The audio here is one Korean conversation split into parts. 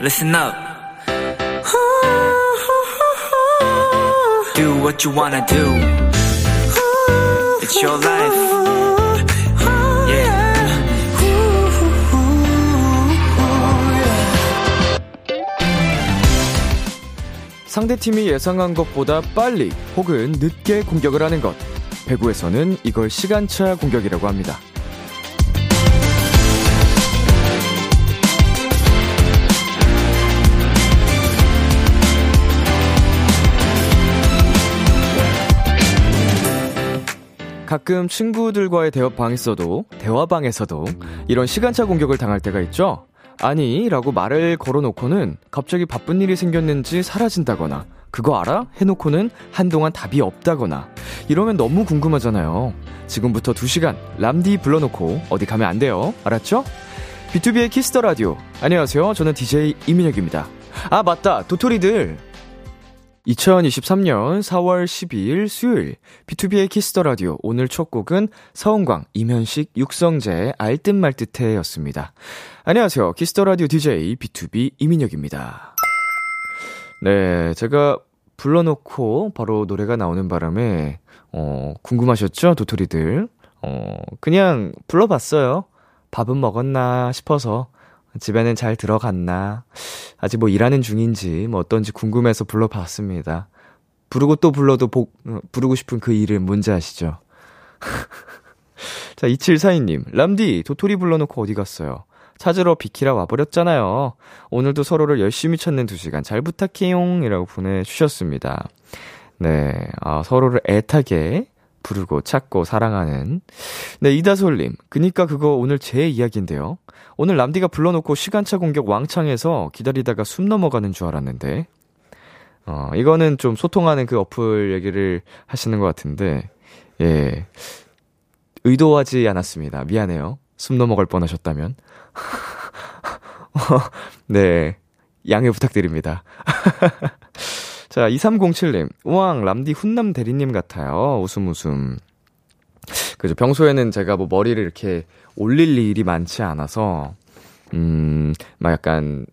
listen up. Do what you wanna do. It's your life. Yeah. 상대팀이 예상한 것보다 빨리 혹은 늦게 공격을 하는 것. 배구에서는 이걸 시간차 공격이라고 합니다. 가끔 친구들과의 대화방에서도 대화방에서도 이런 시간차 공격을 당할 때가 있죠. 아니라고 말을 걸어놓고는 갑자기 바쁜 일이 생겼는지 사라진다거나 그거 알아? 해놓고는 한동안 답이 없다거나 이러면 너무 궁금하잖아요. 지금부터 2시간 람디 불러놓고 어디 가면 안 돼요. 알았죠? B2B의 키스터 라디오. 안녕하세요. 저는 DJ 이민혁입니다. 아 맞다. 도토리들 2023년 4월 12일 수요일 B2B의 키스터 라디오 오늘 첫 곡은 서은광, 임현식, 육성재의 알듯말듯해였습니다. 안녕하세요. 키스터 라디오 DJ B2B 이민혁입니다. 네, 제가 불러놓고 바로 노래가 나오는 바람에 어 궁금하셨죠, 도토리들? 어 그냥 불러봤어요. 밥은 먹었나 싶어서 집에는 잘 들어갔나 아직 뭐 일하는 중인지 뭐 어떤지 궁금해서 불러봤습니다. 부르고 또 불러도 복, 어, 부르고 싶은 그 이름 뭔지 아시죠? 자, 2742님. 람디, 도토리 불러놓고 어디 갔어요? 찾으러 비키라 와버렸잖아요. 오늘도 서로를 열심히 찾는 두 시간 잘 부탁해용. 이라고 보내주셨습니다. 네, 아, 서로를 애타게 부르고 찾고 사랑하는. 네, 이다솔님. 그니까 그거 오늘 제 이야기인데요. 오늘 람디가 불러놓고 시간차 공격 왕창 해서 기다리다가 숨 넘어가는 줄 알았는데. 어, 이거는 좀 소통하는 그 어플 얘기를 하시는 것 같은데, 예. 의도하지 않았습니다. 미안해요. 숨 넘어갈 뻔 하셨다면. 네. 양해 부탁드립니다. 자, 2307님. 우왕, 람디 훈남 대리님 같아요. 웃음 웃음. 그죠. 평소에는 제가 뭐 머리를 이렇게 올릴 일이 많지 않아서, 음, 막 약간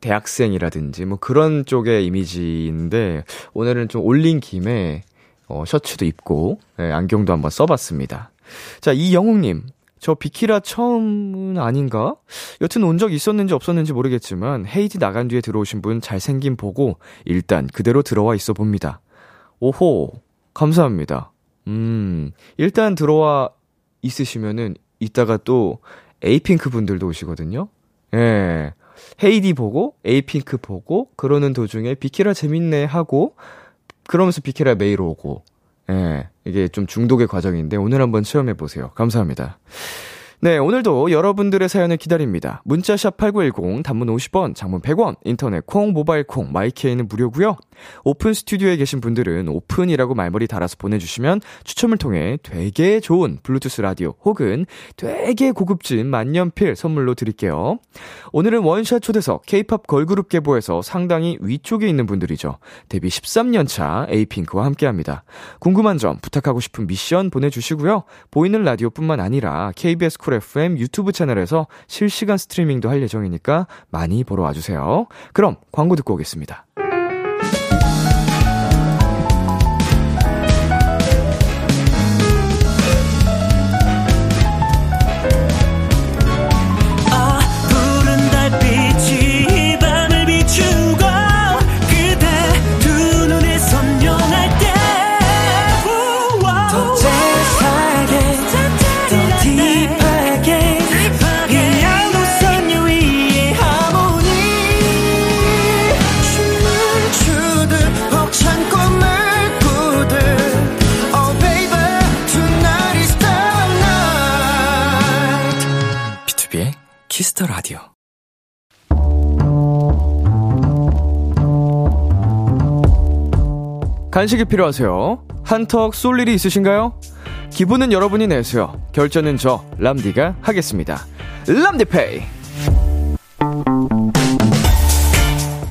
대학생이라든지 뭐 그런 쪽의 이미지인데, 오늘은 좀 올린 김에, 어, 셔츠도 입고, 예, 안경도 한번 써봤습니다. 자, 이영웅님. 저 비키라 처음은 아닌가? 여튼 온 적 있었는지 없었는지 모르겠지만, 헤이지 나간 뒤에 들어오신 분 잘생긴 보고, 일단 그대로 들어와 있어 봅니다. 오호, 감사합니다. 음, 일단 들어와 있으시면은, 이따가 또, 에이핑크 분들도 오시거든요? 예. 헤이디 보고, 에이핑크 보고, 그러는 도중에 비키라 재밌네 하고, 그러면서 비키라 메일 오고, 예, 이게 좀 중독의 과정인데 오늘 한번 체험해 보세요. 감사합니다. 네, 오늘도 여러분들의 사연을 기다립니다. 문자샵 8910, 단문 50원, 장문 100원, 인터넷 콩, 모바일 콩, 마이케이는 무료고요. 오픈 스튜디오에 계신 분들은 오픈이라고 말머리 달아서 보내주시면 추첨을 통해 되게 좋은 블루투스 라디오 혹은 되게 고급진 만년필 선물로 드릴게요. 오늘은 원샷 초대석 K-팝 걸그룹 계보에서 상당히 위쪽에 있는 분들이죠. 데뷔 13년 차 에이핑크와 함께합니다. 궁금한 점, 부탁하고 싶은 미션 보내주시고요. 보이는 라디오뿐만 아니라 KBS 쿨 FM 유튜브 채널에서 실시간 스트리밍도 할 예정이니까 많이 보러 와주세요. 그럼 광고 듣고 오겠습니다. 푸른 달빛이 이 밤을 비추고 그대 두 눈에 선명할 때더 재밌하게 더 딥하게 이 양도선 유위의 하모니 춤을 추듯 벅찬 꿈을 꾸듯 Oh baby tonight is the night B2B의 키스터 라디오. 간식이 필요하세요? 한턱 쏠 일이 있으신가요? 기분은 여러분이 내세요. 결제는 저 람디가 하겠습니다. 람디페이.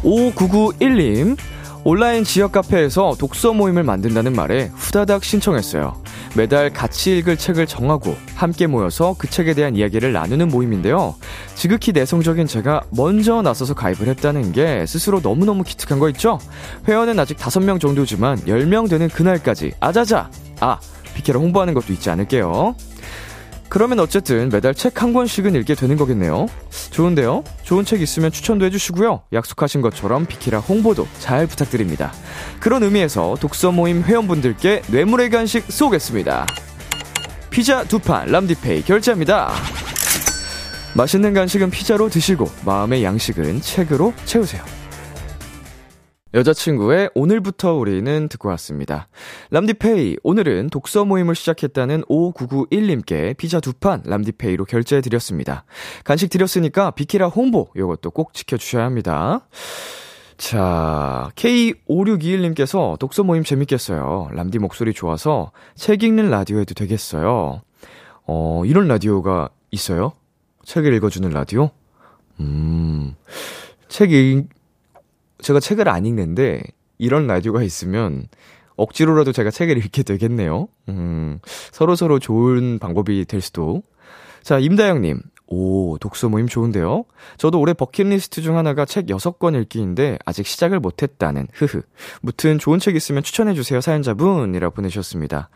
5991님 온라인 지역 카페에서 독서 모임을 만든다는 말에 후다닥 신청했어요. 매달 같이 읽을 책을 정하고 함께 모여서 그 책에 대한 이야기를 나누는 모임인데요. 지극히 내성적인 제가 먼저 나서서 가입을 했다는 게 스스로 너무너무 기특한 거 있죠? 회원은 아직 5명 정도지만 10명 되는 그날까지 아자자! 아, 피케를 홍보하는 것도 잊지 않을게요. 그러면 어쨌든 매달 책 한 권씩은 읽게 되는 거겠네요. 좋은데요? 좋은 책 있으면 추천도 해주시고요. 약속하신 것처럼 비키라 홍보도 잘 부탁드립니다. 그런 의미에서 독서 모임 회원분들께 뇌물의 간식 쏘겠습니다. 피자 두 판 람디페이 결제합니다. 맛있는 간식은 피자로 드시고 마음의 양식은 책으로 채우세요. 여자친구의 오늘부터 우리는 듣고 왔습니다. 람디페이, 오늘은 독서 모임을 시작했다는 5991님께 피자 두 판 람디페이로 결제해드렸습니다. 간식 드렸으니까 비키라 홍보, 요것도 꼭 지켜주셔야 합니다. 자, K5621님께서 독서 모임 재밌겠어요. 람디 목소리 좋아서 책 읽는 라디오 해도 되겠어요. 어, 이런 라디오가 있어요? 책을 읽어주는 라디오? 음, 책 읽, 제가 책을 안 읽는데 이런 라디오가 있으면 억지로라도 제가 책을 읽게 되겠네요. 음, 서로서로 좋은 방법이 될 수도. 자, 임다영님. 오, 독서 모임 좋은데요? 저도 올해 버킷리스트 중 하나가 책 6권 읽기인데 아직 시작을 못했다는, 흐흐. 무튼 좋은 책 있으면 추천해주세요, 사연자분이라 보내셨습니다.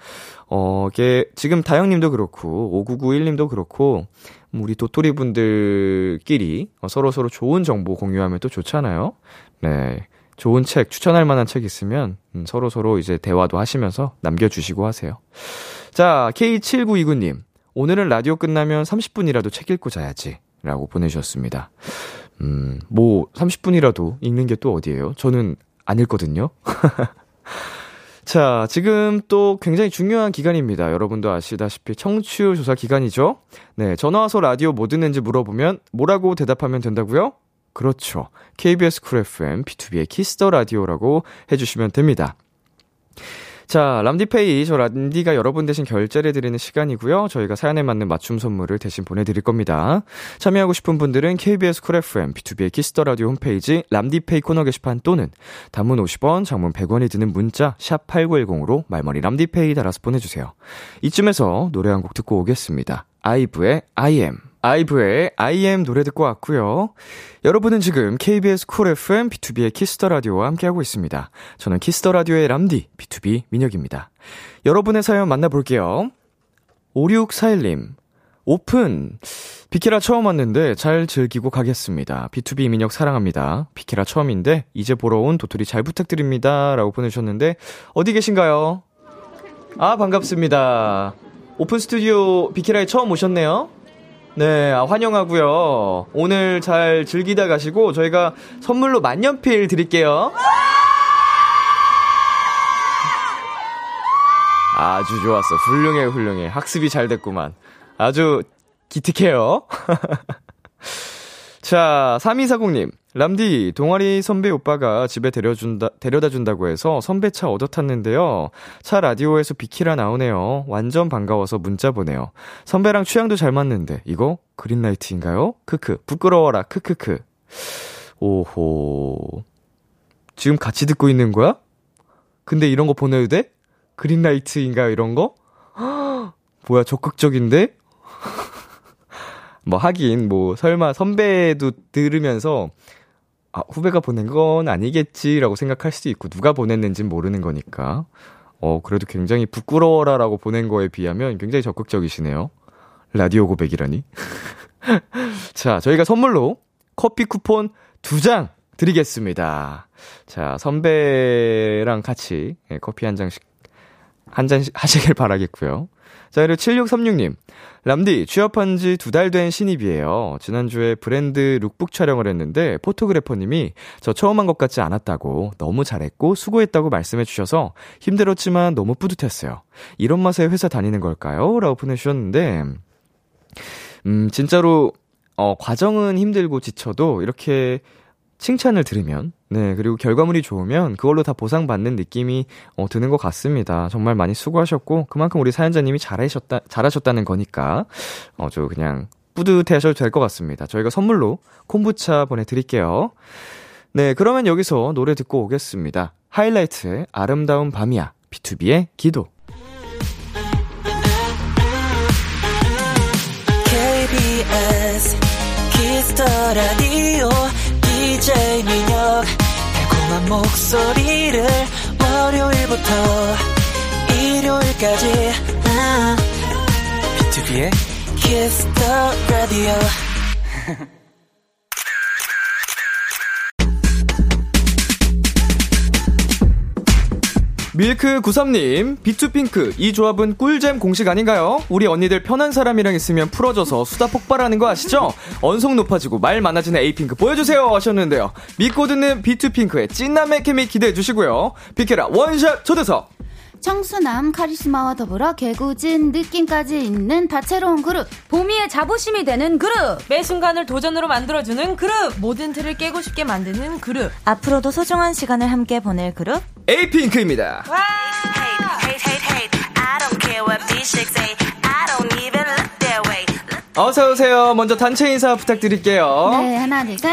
어, 이게, 지금 다영님도 그렇고, 5991님도 그렇고, 음, 우리 도토리 분들끼리 어, 서로서로 좋은 정보 공유하면 또 좋잖아요? 네. 좋은 책, 추천할 만한 책 있으면 음, 서로서로 이제 대화도 하시면서 남겨주시고 하세요. 자, K7929님. 오늘은 라디오 끝나면 30분이라도 책 읽고 자야지. 라고 보내주셨습니다. 음, 뭐, 30분이라도 읽는 게 또 어디예요? 저는 안 읽거든요? 자, 지금 또 굉장히 중요한 기간입니다. 여러분도 아시다시피 청취율 조사 기간이죠? 네, 전화와서 라디오 뭐 듣는지 물어보면 뭐라고 대답하면 된다고요? 그렇죠. KBS 쿨 FM B2B의 키스터 라디오라고 해주시면 됩니다. 자, 람디페이. 저 람디가 여러분 대신 결제를 드리는 시간이고요. 저희가 사연에 맞는 맞춤 선물을 대신 보내드릴 겁니다. 참여하고 싶은 분들은 KBS 쿨 FM, B2B의 키스터 라디오 홈페이지 람디페이 코너 게시판 또는 단문 50원, 장문 100원이 드는 문자 샵 8910으로 말머리 람디페이 달아서 보내주세요. 이쯤에서 노래 한 곡 듣고 오겠습니다. 아이브의 I am. 아이브의 I am 노래 듣고 왔고요. 여러분은 지금 KBS 쿨 FM B2B의 키스터 라디오와 함께하고 있습니다. 저는 키스터 라디오의 람디 B2B 민혁입니다. 여러분의 사연 만나볼게요. 5641님 오픈 비키라 처음 왔는데 잘 즐기고 가겠습니다. B2B 민혁 사랑합니다. 비키라 처음인데 이제 보러 온 도토리 잘 부탁드립니다라고 보내주셨는데 어디 계신가요? 아 반갑습니다. 오픈 스튜디오 비키라에 처음 오셨네요. 네, 아, 환영하고요. 오늘 잘 즐기다 가시고 저희가 선물로 만년필 드릴게요. 아주 좋았어. 훌륭해, 훌륭해. 학습이 잘 됐구만. 아주 기특해요. 자, 3240님. 람디, 동아리 선배 오빠가 집에 데려준다, 데려다 준다고 해서 선배 차 얻어 탔는데요. 차 라디오에서 비키라 나오네요. 완전 반가워서 문자 보내요. 선배랑 취향도 잘 맞는데, 이거 그린라이트인가요? 크크, 부끄러워라, 크크크. 오호. 지금 같이 듣고 있는 거야? 근데 이런 거 보내도 돼? 그린라이트인가요, 이런 거? 헉, 뭐야, 적극적인데? 뭐 하긴 뭐 설마 선배도 들으면서 아, 후배가 보낸 건 아니겠지라고 생각할 수도 있고 누가 보냈는지는 모르는 거니까. 어, 그래도 굉장히 부끄러워라라고 보낸 거에 비하면 굉장히 적극적이시네요. 라디오 고백이라니. 자, 저희가 선물로 커피 쿠폰 두 장 드리겠습니다. 자, 선배랑 같이 예, 커피 한 장씩 한 잔 하시길 바라겠고요. 자, 그리고 7636님. 람디, 취업한 지 두 달 된 신입이에요. 지난주에 브랜드 룩북 촬영을 했는데, 포토그래퍼님이 저 처음 한 것 같지 않았다고, 너무 잘했고, 수고했다고 말씀해 주셔서, 힘들었지만 너무 뿌듯했어요. 이런 맛에 회사 다니는 걸까요? 라고 보내주셨는데, 음, 진짜로, 어, 과정은 힘들고 지쳐도, 이렇게, 칭찬을 들으면, 네, 그리고 결과물이 좋으면 그걸로 다 보상받는 느낌이 어, 드는 것 같습니다. 정말 많이 수고하셨고, 그만큼 우리 사연자님이 잘하셨다, 잘하셨다는 거니까, 어, 저 그냥 뿌듯해 하셔도 될 것 같습니다. 저희가 선물로 콤부차 보내드릴게요. 네, 그러면 여기서 노래 듣고 오겠습니다. 하이라이트의 아름다운 밤이야, B2B의 기도. 아 KBS 키스터 라디오 DJ 민혁 달콤한 목소리를 월요일부터 일요일까지 B2B의 키스터 라디오 밀크93님, 비투핑크, 이 조합은 꿀잼 공식 아닌가요? 우리 언니들 편한 사람이랑 있으면 풀어져서 수다 폭발하는 거 아시죠? 언성 높아지고 말 많아지는 에이핑크 보여주세요! 하셨는데요. 믿고 듣는 비투핑크의 찐남의 케미 기대해 주시고요. 비케라 원샷 초대석! 청순함, 카리스마와 더불어 개구진 느낌까지 있는 다채로운 그룹. 봄이의 자부심이 되는 그룹. 매 순간을 도전으로 만들어주는 그룹 모든 틀을 깨고 싶게 만드는 그룹 앞으로도 소중한 시간을 함께 보낼 그룹. 에이핑크입니다. 어서오세요. 먼저 단체 인사 부탁드릴게요. 네, 하나, 둘, 셋.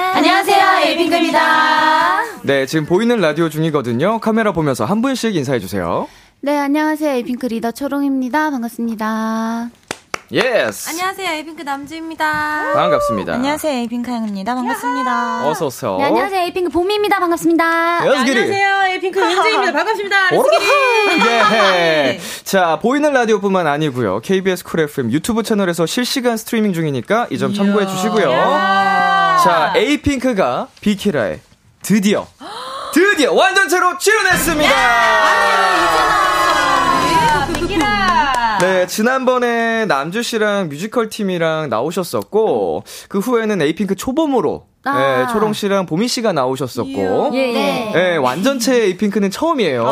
네, 지금 보이는 라디오 중이거든요. 카메라 보면서 한 분씩 인사해 주세요. 네, 안녕하세요. 에이핑크 리더 초롱입니다. 반갑습니다. 예스. 안녕하세요 에이핑크 남주입니다 반갑습니다. 안녕하세요, 에이핑카영입니다. 아, 반갑습니다. 어서 오세요. 네, 안녕하세요. 에이핑크 봄입니다. 반갑습니다. 여스기리. 에이핑크 민주입니다 반갑습니다 예. 자, 보이는 라디오뿐만 아니고요. KBS 쿨 FM 유튜브 채널에서 실시간 스트리밍 중이니까 이 점 참고해 주시고요. 자, 에이핑크가 비키라에 드디어 드디어 완전체로 출연했습니다. 아, 네, 지난번에 남주 씨랑 뮤지컬 팀이랑 나오셨었고 그 후에는 에이핑크 초범으로 아. 예, 초롱 씨랑 보미 씨가 나오셨었고 예, 예. 네, 예, 완전체 에이핑크는 처음이에요.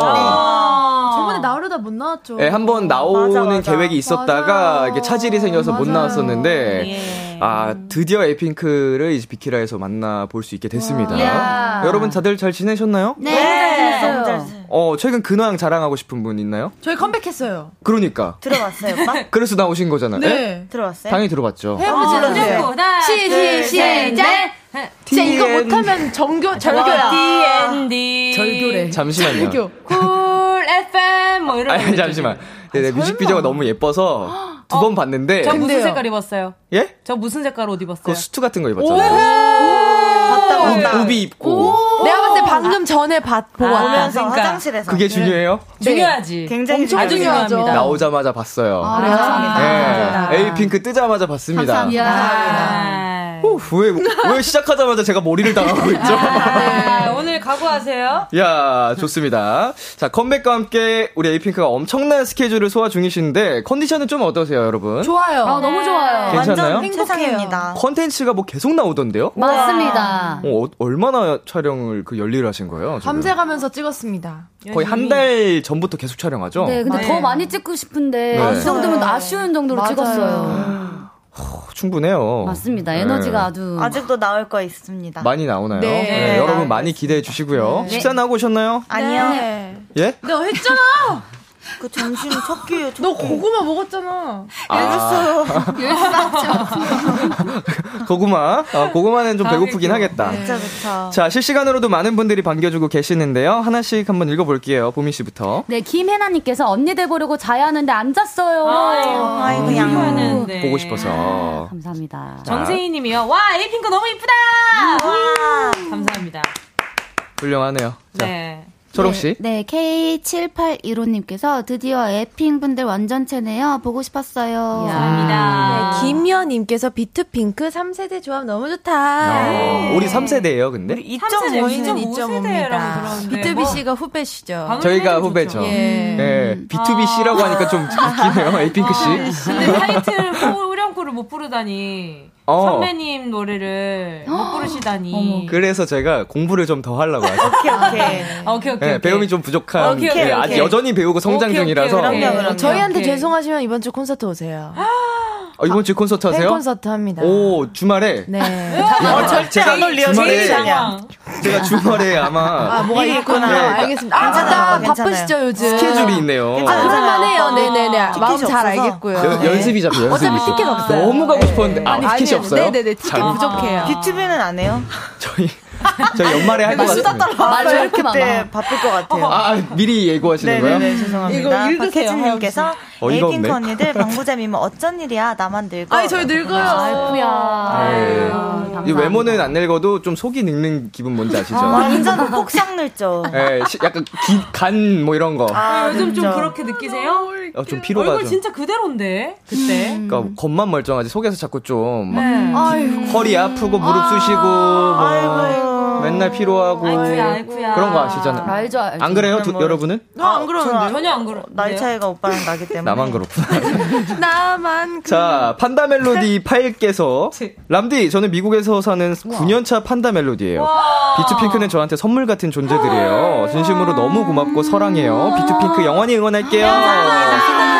저번에 나오려다 못 나왔죠 예, 한 번 나오는 맞아, 맞아. 계획이 있었다가 맞아요. 이게 차질이 생겨서 못 맞아요. 나왔었는데 예. 아 드디어 에이핑크를 이제 비키라에서 만나 볼 수 있게 됐습니다. 여러분 다들 잘 지내셨나요? 네, 잘 너무 잘 지냈어요. 지냈어요. 어 최근 근황 자랑하고 싶은 분 있나요? 저희 컴백했어요 그러니까 들어봤어요, 오빠? 그래서 나오신 거잖아요. 예? 네 아, 들어봤어요? 당연히 들어봤죠. 네. 불러주세요. 시, 시, 시작! 진짜 이거 못하면 정교 절교야 D&D 절교래 아, 잠시만요. 절교 쿨 FM 뭐 이런 아니 잠시만. 네, 네, 뮤직비디오가 너무 예뻐서 두 번 봤는데 저 무슨 근데요. 색깔 입었어요? 예? 저 무슨 색깔 옷 입었어요? 그 수트 같은 거 입었잖아요. 봤다, 우비, 봤다. 우비 입고 내가 봤을 때 방금 전에 봤 아. 보고 왔다 보면서 그러니까. 화장실에서. 그게 중요해요. 중요하지. 굉장히 엄청 아주 중요해요. 네. 중요하죠. 중요합니다. 나오자마자 봤어요. 아, 감사합니다. 네. 에이핑크 뜨자마자 봤습니다. 아, 오, 왜, 왜 시작하자마자 제가 몰이를 당하고 있죠? 네. 아, 오늘 각오하세요. 야 좋습니다. 자, 컴백과 함께 우리 에이핑크가 엄청난 스케줄을 소화 중이신데, 컨디션은 좀 어떠세요, 여러분? 좋아요 네. 아, 너무 좋아요. 괜찮나요? 완전 최상입니다. 컨텐츠가 뭐 계속 나오던데요? 맞습니다. 어, 얼마나 촬영을 그 열일을 하신 거예요? 지금? 밤새가면서 찍었습니다 거의 한 달 전부터 계속 촬영하죠? 네, 근데 네. 더 많이 찍고 싶은데, 네. 이 정도면 아쉬운 정도로 맞아요. 찍었어요. 어, 충분해요. 맞습니다. 네. 에너지가 아주. 아직도 나올 거 있습니다. 많이 나오나요? 네. 네, 여러분 많이 기대해 네. 주시고요. 식사 나고 오셨나요? 아니요. 네. 예? 너 했잖아 그 점심 첫 끼에 저... 너 고구마 먹었잖아 알겠어요. 고구마. 어, 고구마는 좀 배고프긴 하겠다. 네. 그쵸, 그쵸. 자, 실시간으로도 많은 분들이 반겨주고 계시는데요. 하나씩 한번 읽어볼게요. 보미 씨부터. 네, 김혜나님께서 언니들 보려고 자야 하는데 안 잤어요. 음. 아이고, 양. 음. 하는데. 네. 보고 싶어서. 감사합니다. 정세희 님이요. 와, 에이핑크 너무 이쁘다! 감사합니다. 훌륭하네요. 자, 네. 초록 씨. 네, K7815님께서 드디어 에핑 분들 완전체네요. 보고 싶었어요. 아, 감사합니다. 네. 김여님께서 비트핑크 3세대 조합 너무 좋다. 어, 우리 3세대예요, 근데. 네, 2.5세대, 2.5세대라고 네, 그러는데. 비트비 씨가 후배시죠. 뭐 방금 저희가 헤드도 후배죠. 좋죠. 예. 예, B2B씨라고 하니까 좀 웃기네요, 에이핑크 씨. 아, 근데 타이틀 후렴구를 못 부르다니. 어. 선배님 노래를 못 부르시다니. 그래서 제가 공부를 좀 더 하려고 하죠. 오케이, 오케이. 아, 오케이, 오케이. 예, 오케이. 배움이 좀 부족한. 오케이, 오케이, 예, 아직 오케이. 여전히 배우고 성장 오케이, 오케이, 중이라서. 그럼요. 그럼요, 그럼요. 저희한테 오케이. 죄송하시면 이번 주 콘서트 오세요. 어, 이번 주에 콘서트 팬 하세요? 네, 콘서트 합니다. 오, 주말에. 네. 아, 제가 안 어울려요, 주말에 제일 상황. 제가 주말에 아마 아, 뭐가 일이 있구나. 있구나. 네. 알겠습니다. 아, 괜찮아요, 맞다. 괜찮아요. 바쁘시죠, 요즘. 스케줄이 있네요. 아, 괜찮아요. 그럴만해요. 네네네. 마음 티켓이 잘 없어서. 알겠고요. 연- 네. 연습이 잡혀 연습이. 어차피 티켓 없어요. 너무 가고 네. 싶었는데 아 아니, 티켓이 아니에요. 없어요? 네네네. 티켓 참, 부족해요. 비투비는 안 해요? 저희 저희 연말에 할 것 같습니다. 맞아요. 그때 많아. 바쁠 것 같아요. 아 미리 예고하시는 거예요? 네, 네네네, 죄송합니다. 이거 읽으세요, 박혜진님께서 어이가 없네. 에이핑크 언니들 방부제 미면 어쩐 일이야 나만 늙어. 아니, 저희 늙어요. 아이고야. 예. 감사합니다. 이 외모는 안 늙어도 좀 속이 늙는 기분 뭔지 아시죠? 아, 완전 폭삭 늙죠. 예, 시- 약간 기, 간, 뭐 이런 거. 아, 요즘 좀 늙죠. 그렇게 느끼세요? 어, 좀 피로가 얼굴 좀. 진짜 그대로인데 그때. 그러니까 겉만 멀쩡하지 속에서 자꾸 좀. 막 네. 아이고. 허리 아프고 무릎 쑤시고 뭐 아이고. 맨날 피로하고 아이쿠야, 아이쿠야. 그런 거 아시잖아요. 알죠, 알죠. 안 그래요, 두- 뭐- 여러분은? 아, 너안 그러는데 저는 전혀 안 그러. 나이 차이가 오빠랑 나기 때문에. 나만 그렇구나. 나만 그. 자, 판다 멜로디 8께서 그치. 람디, 저는 미국에서 사는 9년차 판다 멜로디예요. 비트핑크는 저한테 선물 같은 아. 존재들이에요. 진심으로 너무 고맙고 음. 사랑해요. 비트핑크 영원히 응원할게요.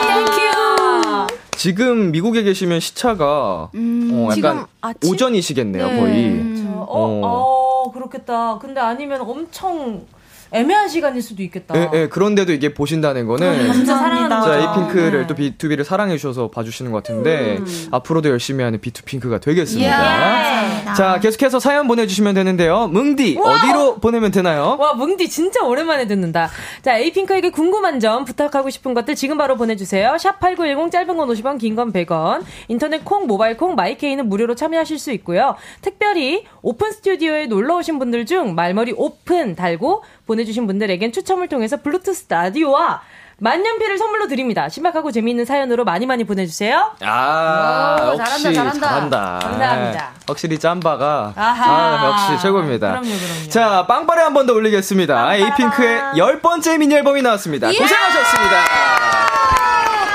땡큐. 지금 미국에 계시면 시차가 어, 약간 음, 지금 아침? 오전이시겠네요, 네. 거의. 저, 어, 어, 그렇겠다. 근데 아니면 엄청 애매한 시간일 수도 있겠다. 예, 예, 그런데도 이게 보신다는 거는 진짜 사랑하는 감사합니다. 진짜 거죠. 이 네. 핑크를 또 B2B를 사랑해 주셔서 봐주시는 것 같은데 음. 앞으로도 열심히 하는 B2핑크가 예. 되겠습니다. 자, 계속해서 사연 보내주시면 되는데요. 뭉디 어디로 보내면 되나요? 와, 뭉디 진짜 오랜만에 듣는다. 자, 에이핑크에게 궁금한 점, 부탁하고 싶은 것들 지금 바로 보내주세요. 샵8910 짧은 건 50원, 긴 건 100원. 인터넷 콩, 모바일 콩, 마이케이는 무료로 참여하실 수 있고요. 특별히 오픈 스튜디오에 놀러 오신 분들 중 말머리 오픈 달고 보내주신 분들에겐 추첨을 통해서 블루투스 라디오와 만년필을 선물로 드립니다. 신박하고 재미있는 사연으로 많이 많이 보내주세요. 아, 오, 역시 잘한다, 잘한다. 감사합니다. 예, 확실히 짬바가 아하. 아, 역시 최고입니다. 그럼요, 그럼요. 자, 빵빠레 한 번 더 올리겠습니다. 에이핑크의 열 번째 미니 앨범이 나왔습니다. 예. 고생하셨습니다.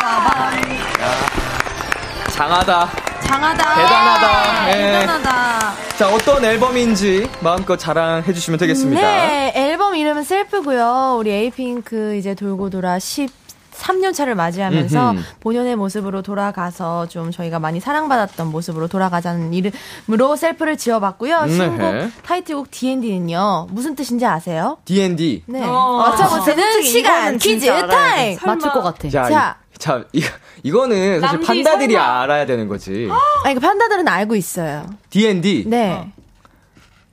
아, 야, 아, 장하다. 강하다. 대단하다. 예. 아, 대단하다. 자, 어떤 앨범인지 마음껏 자랑해 주시면 되겠습니다. 네, 앨범 이름은 셀프고요. 우리 에이핑크 이제 돌고 돌아 10 3년 차를 맞이하면서 음흠. 본연의 모습으로 돌아가서 좀 저희가 많이 사랑받았던 모습으로 돌아가자는 이름으로 셀프를 지어봤고요. 네. 신곡 타이틀곡 D&D는요. 무슨 뜻인지 아세요? D&D. 네. 어. 맞춰보시는 솔직히 이거는 시간 퀴즈 진짜 알아야 타임. 맞출 것 같아. 자, 네. 자. 이, 자, 이, 이거는 사실 남디 판다들이 설마. 알아야 되는 거지. 아니 그 판다들은 알고 있어요. D&D. 어. 네.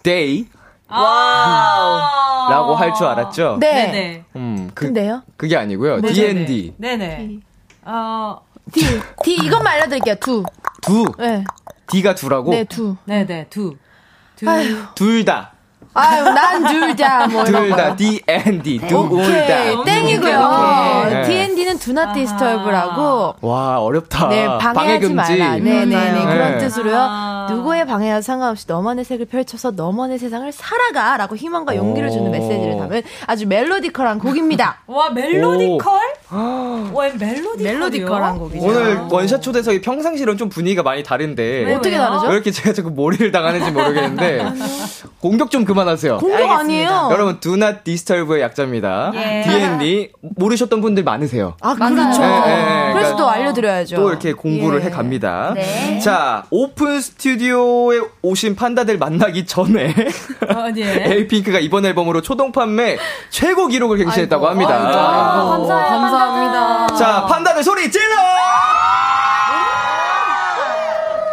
데이라고 와우. 할 줄 어. 알았죠? 아. 네. 네네. 음, 그, 근데요? 네. 그게 아니고요. D&D. 네네. 어, D D 이것만 알려드릴게요. 두. 두. 네. D가 두라고? 네 두. 네네, 두. 두. 아유. 둘 다. 아유 난둘다뭐 둘 다. D&D. 네. 오케이 네. 두올다 음, 오케이, 땡이고요. 오케이. 어, D&D는 Do Not Disturb라고 와, 어렵다. 네 아, 방해 방해하지 금지. 말라. 네네네 맞아요. 그런 네. 뜻으로요. 아. 누구의 방해와 상관없이 너만의 색을 펼쳐서 너만의 세상을 살아가라고 희망과 용기를 주는 오. 메시지를 담은 아주 멜로디컬한 곡입니다. 와 멜로디컬? 와 어. 멜로디컬? 멜로디컬한 곡이죠. 아. 오늘 원샷 초대석이 평상시랑 좀 분위기가 많이 다른데. 왜, 어떻게 왜요? 왜 다르죠? 이렇게 제가 자꾸 몰이를 당하는지 모르겠는데 공격 좀 그만하세요. 공격 아니에요. 여러분 Do Not Disturb의 약자입니다. 예. D&D 모르셨던 분들 많으세요. 아 그렇죠. 예, 예, 예. 그래서 그러니까 또 알려드려야죠. 또 이렇게 공부를 예. 네. 해갑니다. 자 오픈 스튜디오에 오신 판다들 만나기 전에 아, 어, 예. 에이핑크가 이번 앨범으로 초동 판매 최고 기록을 갱신했다고 합니다. 아이고, 감사합니다. 자 판다들 소리 질러!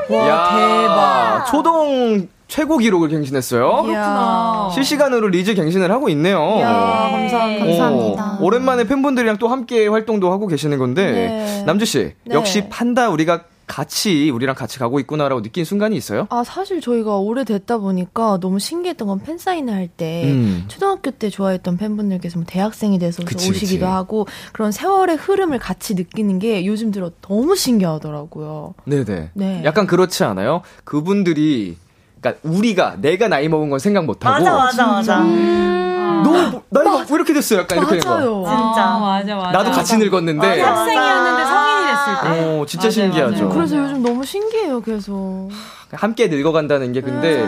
와, 야, 대박. 예. 초동 최고 기록을 갱신했어요. 그렇구나. 실시간으로 리즈 갱신을 하고 있네요. 야, 감사합니다. 오, 오랜만에 팬분들이랑 또 함께 활동도 하고 계시는 건데 네. 남주 씨 네. 역시 판다 우리가 같이 우리랑 같이 가고 있구나라고 느낀 순간이 있어요? 아, 사실 저희가 오래됐다 보니까 너무 신기했던 건 팬사인회 할 때 음. 초등학교 때 좋아했던 팬분들께서 뭐 대학생이 돼서 그치, 오시기도 그치. 하고 그런 세월의 흐름을 같이 느끼는 게 요즘 들어 너무 신기하더라고요. 네네. 네. 약간 그렇지 않아요? 그분들이 그러니까 우리가 내가 나이 먹은 건 생각 못 하고 맞아 맞아 맞아. 너 나이가 왜 이렇게 됐어? 약간 이렇게 된 거. 맞아요. 아, 진짜. 맞아 맞아. 나도 같이 네. 늙었는데 맞아. 학생이었는데 성인이 됐을 때. 어, 진짜 맞아요, 신기하죠. 맞아요. 네. 그래서 요즘 너무 신기해요, 계속. 함께 늙어간다는 게 근데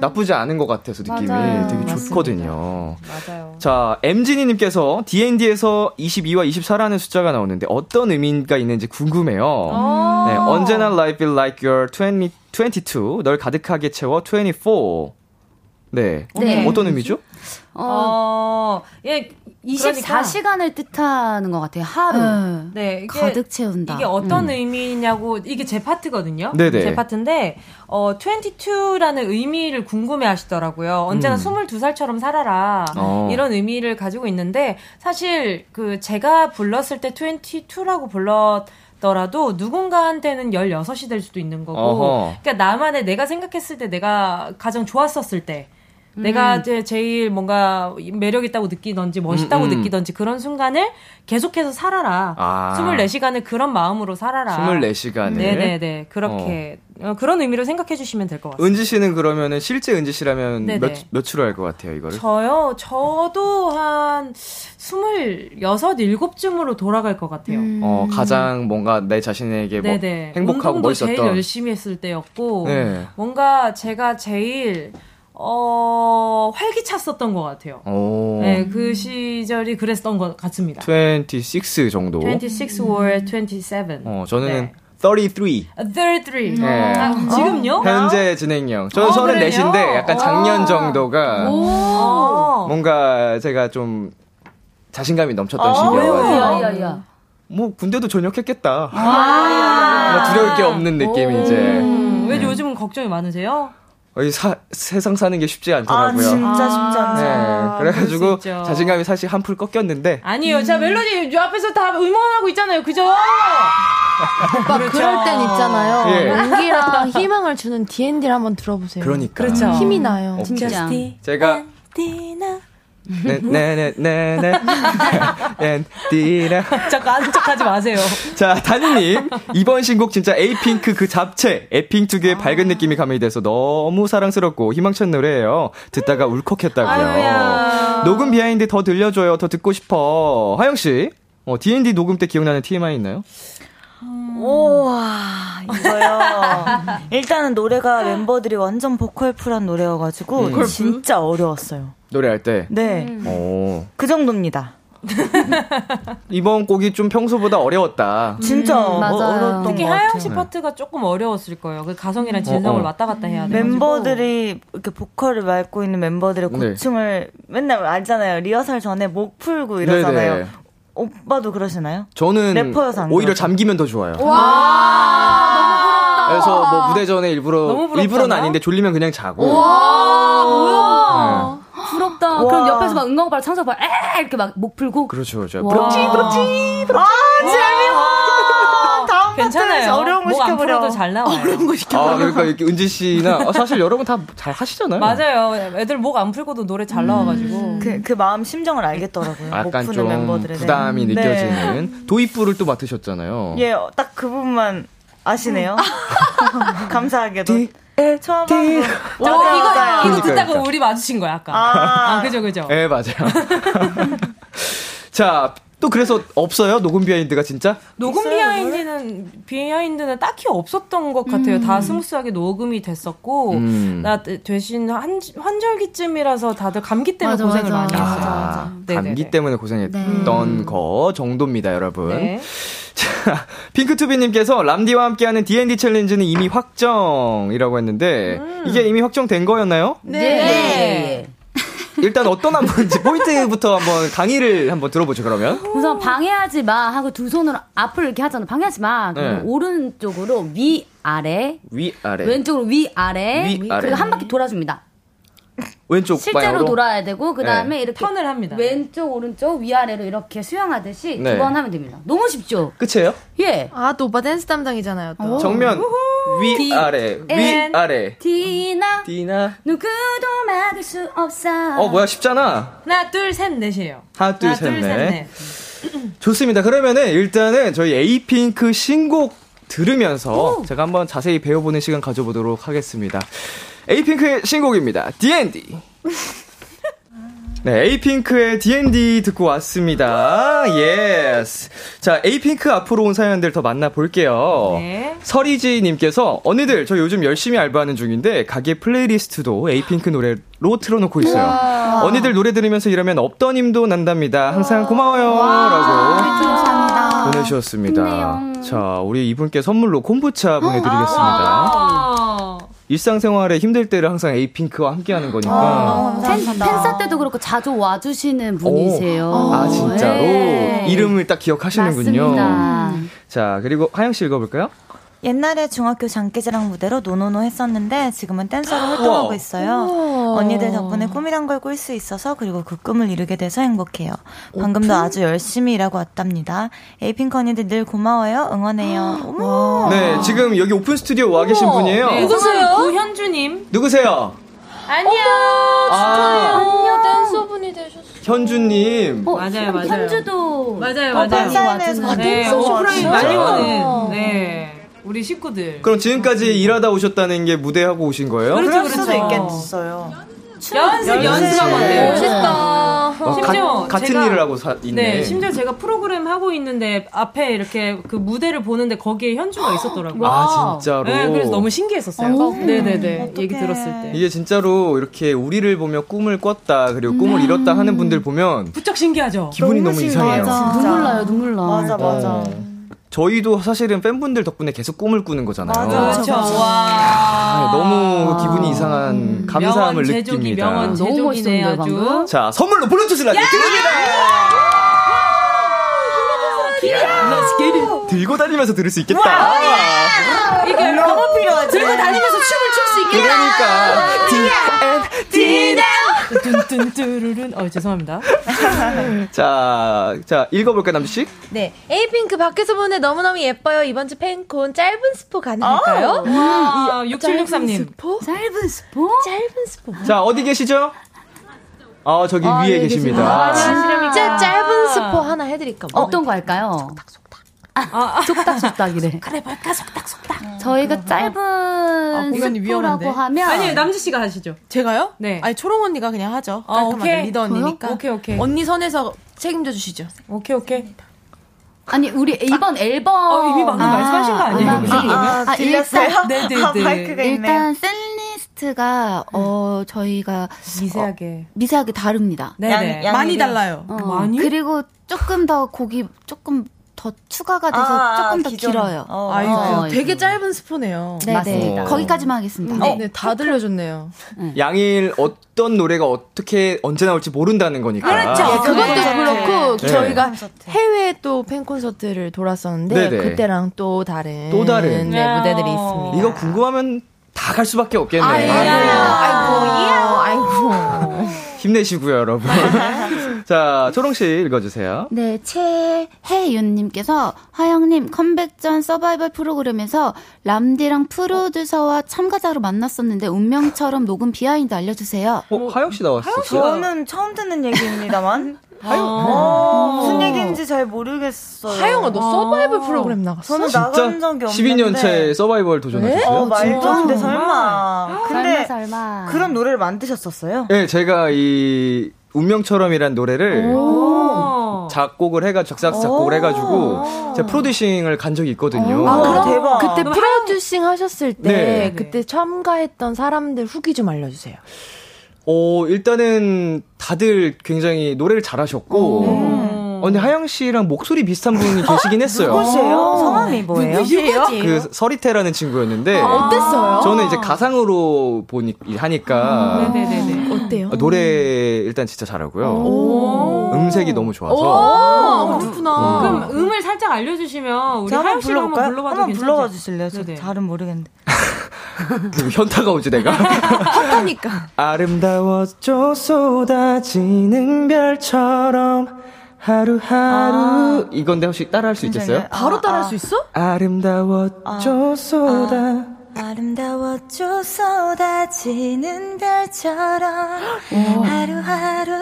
나쁘지 않은 것 같아서 느낌이 음. 맞아요. 되게 맞습니다. 좋거든요. 맞아요. 자, 엠진이님께서 D&D에서 22와 24라는 숫자가 나오는데 어떤 의미가 있는지 궁금해요. 어. 네, 언제나 life be like your 20, 22, 널 가득하게 채워 24. 네. 네. 어떤 의미죠? 어, 어, 예, 그러니까. 24시간을 뜻하는 것 같아요. 하루. 네, 이게 가득 채운다. 이게 음. 어떤 의미냐고 이게 제 파트거든요. 네네. 제 파트인데 어 22라는 의미를 궁금해 하시더라고요. 언제나 음. 22살처럼 살아라. 어. 이런 의미를 가지고 있는데 사실 그 제가 불렀을 때 22라고 불렀 더라도 누군가한테는 16이 될 수도 있는 거고 어허. 그러니까 나만의 내가 생각했을 때 내가 가장 좋았었을 때 내가 이제 제일 뭔가 매력 있다고 느끼던지 멋있다고 음, 음. 느끼던지 그런 순간을 계속해서 살아라. 아. 24시간을 그런 마음으로 살아라. 24시간을. 네네네. 그렇게 어, 그런 의미로 생각해 주시면 될 것 같습니다. 은지 씨는 그러면은 실제 은지 씨라면 네네. 몇, 몇으로 할 것 같아요, 이거를? 저요, 저도 한 26, 7쯤으로 돌아갈 것 같아요. 어, 가장 뭔가 내 자신에게 뭐 네네. 행복하고 운동도 멋있었던. 제일 열심히 했을 때였고 네. 뭔가 제가 제일 어 활기찼었던 것 같아요. 오. 네, 그 시절이 그랬던 것 같습니다. 26 정도. 26 or 27. 어, 저는 네. 33. 33. 네. 아, 지금요? 현재 진행형. 저는 어, 34인데 그래요? 약간 작년 정도가 어. 뭔가 제가 좀 자신감이 넘쳤던 어, 시기여가지고 왜요? 야, 아. 야, 야. 뭐 군대도 전역했겠다. 뭔가 두려울 게 없는 느낌이 이제 음, 왜 요즘은 걱정이 많으세요? 이 사- 세상 사는 게 쉽지 아, 않더라고요. 진짜 쉽지 않죠. 아, 네, 그럴 그래가지고 수 있죠. 자신감이 사실 한풀 꺾였는데 아니요. 자, 멜로디 요 앞에서 다 응원하고 있잖아요. 그죠? 음. 그렇죠. 오빠 그럴땐 예. 있잖아요. 용기랑 희망을 주는 D&D를 한번 들어보세요. 그러니까 그렇죠. 힘이 나요. 어, 진짜. 제가 네, 네네네네네네디라 잠깐 아는 척하지 마세요. 자 다니님 이번 신곡 진짜 에이핑크 그 잡채 에핑투의 밝은 느낌이 가미돼서 너무 사랑스럽고 희망찬 노래예요 듣다가 울컥했다고요 아유야. 녹음 비하인드 더 들려줘요 더 듣고 싶어 하영 씨 어, D&D 녹음 때 기억나는 TMI 있나요? 오와 이거요. 일단은 노래가 멤버들이 완전 보컬풀한 음. 노래여가지고 진짜 어려웠어요. 노래할 때. 네, 음. 오. 그 정도입니다. 이번 곡이 좀 평소보다 어려웠다. 진짜 어- 맞아요. 어려웠던 음, 특히 것 하영 씨 같아요. 파트가 조금 어려웠을 거예요. 그 가성이랑 진성을 어, 어. 왔다 갔다 해야 돼. 멤버들이 이렇게 보컬을 맡고 있는 멤버들의 네. 고충을 맨날 알잖아요. 리허설 전에 목 풀고 이러잖아요. 네네. 오빠도 그러시나요? 저는 래퍼여서 안 오히려 그래요. 잠기면 더 좋아요. 아, 그래서 뭐 무대 전에 너무 일부러 부럽지 일부러는 않아요? 아닌데 졸리면 그냥 자고. 아, 네. 뭐야. 아, 부럽다. 그럼 옆에서 막 응광발, 창작발, 에 이렇게 막 목 풀고. 그렇죠, 그렇죠. 와. 부럽지, 부럽지. 다음 괜찮아요. 파트에서 어려운 거 뭐안 시켜버려. 풀어도 잘 나와요. 어려운 거 시켜. 아, 그러니까 이렇게 은지 씨나 아, 사실 여러분 다 잘 하시잖아요. 맞아요. 애들 목 안 풀고도 노래 잘 나와가지고. 어, 그, 그 마음 심정을 알겠더라고요. 목 아, 약간 푸는 좀 멤버들에 대한. 부담이 네. 느껴지는 도입부를 또 맡으셨잖아요. 예, 딱 그 부분만 아시네요. 감사하게도. 처음 자, 음. 하는 거. 맞아요, 이거, 맞아요. 이거 그러니까, 듣다가 그러니까. 우리 마주친 거야, 아까. 아. 아, 그죠, 그죠. 예, 맞아요. 자, 또 그래서 없어요? 녹음 비하인드가 진짜? 녹음 비하인드는, 비하인드는 딱히 없었던 것 같아요. 다 스무스하게 녹음이 됐었고, 음. 나 대- 대신 한, 환절기쯤이라서 다들 감기 때문에 맞아, 고생을 맞아. 많이 아, 했어요. 아, 네네네. 감기 때문에 고생했던 거 정도입니다, 여러분. 네. 자, 핑크투비님께서 람디와 함께하는 D&D 챌린지는 이미 확정이라고 했는데 이게 이미 확정된 거였나요? 네. 일단 어떤 한 번인지 포인트부터 한번 강의를 한번 들어보죠 그러면. 우선 방해하지 마 하고 두 손으로 앞을 이렇게 하잖아. 방해하지 마. 그리고 네. 오른쪽으로 위, 아래. 위 아래 왼쪽으로 위, 아래. 위, 아래. 음. 그리고 한 바퀴 돌아줍니다. 쪽 실제로 방향으로. 네. 돌아야 되고, 그 다음에 이렇게. 턴을 합니다. 왼쪽, 오른쪽, 위아래로 이렇게 수영하듯이 네. 두 번 하면 됩니다. 너무 쉽죠? 끝이에요? 예. 아, 또 오빠 댄스 담당이잖아요. 어. 또. 정면 위 D, 아래 위 N. 아래 디나, 디나. 누구도 막을 수 없어. 어 뭐야 쉽잖아. 하나, 둘, 셋, 넷이에요. 하나 둘 하나, 셋 둘, 셋, 넷. 넷. 좋습니다. 그러면은 일단은 저희 에이핑크 신곡 들으면서 제가 한번 자세히 배워보는 시간 가져보도록 하겠습니다. 에이핑크의 신곡입니다. D&D. 네, 에이핑크의 D&D 듣고 왔습니다. 예스. 자, 에이핑크 앞으로 온 사연들 더 만나볼게요. 네. 서리지님께서 언니들 저 요즘 열심히 알바하는 중인데 가게 플레이리스트도 에이핑크 노래로 틀어놓고 있어요. 언니들 노래 들으면서 일하면 업던 힘도 난답니다. 항상 고마워요라고 감사합니다. 보내주셨습니다. 좋네요. 자 우리 이분께 선물로 콤부차 보내드리겠습니다. 아. 일상생활에 힘들 때를 항상 에이핑크와 함께하는 거니까. 어, 아, 팬, 감사합니다. 팬싸 때도 그렇고 자주 와주시는 분이세요. 오. 아 진짜로 네. 이름을 딱 기억하시는군요. 맞습니다. 음. 자 그리고 하영 씨 읽어볼까요? 옛날에 중학교 장기자랑 무대로 노노노 했었는데 지금은 댄서로 활동하고 우와. 있어요. 언니들 덕분에 꿈이란 걸 꿀 수 있어서 그리고 그 꿈을 이루게 돼서 행복해요. 방금도 아주 열심히 일하고 왔답니다. 에이핑크 언니들 늘 고마워요. 응원해요. 어머. 아, 네 지금 여기 오픈 스튜디오 와 계신 분이에요. 네. 누구세요? 고현주님. 누구세요? 안녕. 아 안녕. 댄서분이 되셨어. 현주님. 어, 맞아요, 맞아요. 현주도 어, 맞아요, 팬 맞아요. 사인회에서 네, 어, 오프라인 진짜? 많이 오는. 네. 우리 식구들. 그럼 지금까지 일하다 오셨다는 게 무대하고 오신 거예요? 그렇죠, 그럴 수도 그렇죠. 있겠어요. 연습, 연습. 연습하고 네. 왔네요. 어, 가- 심지어 같은 제가- 일을 하고 사, 있네. 네, 심지어 제가 프로그램 하고 있는데 앞에 이렇게 그 무대를 보는데 거기에 현주가 있었더라고요. 아 진짜로. 네, 그래서 너무 신기했었어요. 네네네. 어떡해. 얘기 들었을 때. 이게 진짜로 이렇게 우리를 보며 꿈을 꿨다 그리고 꿈을 이뤘다 하는 분들 보면 부쩍 신기하죠? 기분이 너무, 이상해요. 맞아. 눈물 나요, 눈물 나. 맞아 맞아. 네. 어. 저희도 사실은 팬분들 덕분에 계속 꿈을 꾸는 거잖아요. 맞아. 그렇죠. 맞아. 와. 아, 너무 기분이 이상한 감사함을 명언 제조기, 느낍니다. 명언 너무 제조기네 멋있었는데, 아주. 방금? 자, 선물로 블루투스 라디오 Let's get it. 들고, 들고 다니면서 들을 수 있겠다. 이게 너무 필요하지. 들고 다니면서 춤을 출 수 있게. 그러니까 네. 뚠뚠뚜루룬. 어, 죄송합니다. 자, 자 읽어볼까 요 남주 씨? 네. 에이핑크 밖에서 보는데 너무너무 예뻐요. 이번 주 팬콘 짧은 스포 가능할까요? 어! 아, 6763님. 스포? 짧은 스포? 짧은 스포. 자, 어디 계시죠? 아, 저기 위에 아, 계십니다. 아. 진짜 짧은 스포 하나 해드릴까? 뭐. 어떤 거 할까요? 아, 속닥 속닥이래. 아. 그래, 볼까? 속닥, 속닥. 저희가 짧은 공연이 위험한데. 스포라고 하면 아니요, 남주씨가 하시죠. 제가요? 네. 아니 초롱 언니가 그냥 하죠. 아, 깔끔하게 오케이. 리더 언니니까. 오케이, 오케이. 언니 선에서 책임져 주시죠. 오케이, 오이 아니 우리 이번 앨범 어, 이미 방금 말씀하신 거 아니에요? 음악이. 아, 아, 아, 일단 들렸어요? 네, 네, 아, 네. 마이크가 있네. 일단 셀리스트가 어 저희가 미세하게. 미세하게 다릅니다. 네, 양- 네. 양- 많이 양이를- 달라요. 어, 많이? 그리고 조금 더 곡이 조금 더 추가가 돼서 아, 조금 더 기존. 길어요. 어, 아이고, 그 어, 되게 짧은 음. 스포네요. 네네 맞습니다. 거기까지만 하겠습니다. 네, 네, 다 들려줬네요. 양일 어떤 노래가 어떻게 언제 나올지 모른다는 거니까. 아, 그것도 네. 그렇고 네. 저희가 콘서트. 해외 또 팬 콘서트를 돌았었는데 네네. 그때랑 또 다른 또 다른. 네, 무대들이 있습니다. 아, 이거 궁금하면 다 갈 수밖에 없겠네요. 예. 아이고, 아이고. 힘내시고요, 여러분. 자, 초롱 씨 읽어주세요. 네, 최혜윤님께서 하영님 컴백 전 서바이벌 프로그램에서 람디랑 프로듀서와 참가자로 만났었는데 운명처럼 녹음 비하인드 알려주세요. 어, 하영 씨 나왔어요. 저는 처음 듣는 얘기입니다만 어, 아. 무슨 얘기인지 잘 모르겠어요. 하영아, 너 서바이벌 프로그램 나갔어? 저는 나간 적이 없는데 12년째 서바이벌 어, 도전하셨어요? 말도 안 돼, 진짜? 설마. 근데 설마 설마 그런 노래를 만드셨었어요? 네, 제가 이 운명처럼이란 노래를 어. 오. 작곡을 해가 작사 작곡을 해가지고 제가 프로듀싱을 간 적이 있거든요. 아, 그럼 대박. 그때 프로듀싱 하셨을 때 네. 그때 참가했던 사람들 후기 좀 알려주세요. 어, 일단은 다들 굉장히 노래를 잘하셨고. 음. 언니 하영 씨랑 목소리 비슷한 분이 계시긴 했어요. 어. 누구세요? 성함이 뭐예요? 아, 그 서리태라는 친구였는데 어땠어요? 저는 이제 가상으로 보니 하니까 음, 네네네네. 어때요? 아, 노래 일단 진짜 잘하고요. 오. 음색이 너무 좋아서 오, 그렇구나. 음. 어, 그럼 음을 살짝 알려주시면 우리 제가 한번 하영 씨가 한번 불러볼까요? 불러봐도 한번 괜찮죠? 불러봐 주실래요? 저 네네. 잘은 모르겠는데. 현타가 오지 내가. 하니까. 아름다워져 쏟아지는 별처럼 하루하루 이건데 혹시 따라할 수 있겠어요? 바로 따라할 수 있어? 아름다워져 쏟아 아름다워져 쏟아지는 별처럼 하루하루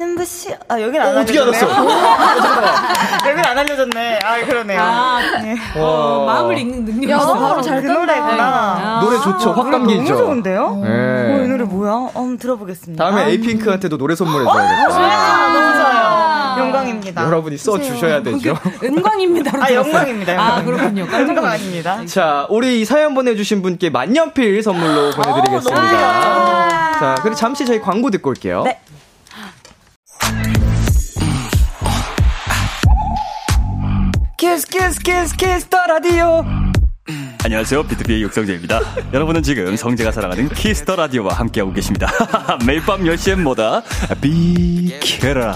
눈부시 아 여긴 안 어, 어떻게 알려줬네요. 알았어? 여긴 안 알려줬네. 아 그러네요. 아, 와. 마음을 읽는 능력이 야, 너 있어요. 바로 잘 그 노래구나. 아. 노래 좋죠? 확 감기죠? 너무 좋은데요? 어, 이 네. 노래 뭐야? 어, 한번 들어보겠습니다. 다음에 아, 에이핑크한테도 노래 선물해줘야겠다. 아, 너무 좋아요. 영광입니다. 여러분이 써주셔야 되죠. 은광입니다. 아, 영광입니다, 아, 영광입니다. 그렇군요. 깜짝 영광 놀랐어요. 아닙니다. 자, 우리 이 사연 보내주신 분께 만년필 선물로 보내드리겠습니다. 자, 그리고 잠시 저희 광고 듣고 올게요. 네. 키스 키스 키스 키스 더 라디오 안녕하세요. 비투비의 육성재입니다. 여러분은 지금 성재가 사랑하는 키스터 라디오와 함께하고 계십니다. 매일 밤 10시엔 뭐다? 비케라.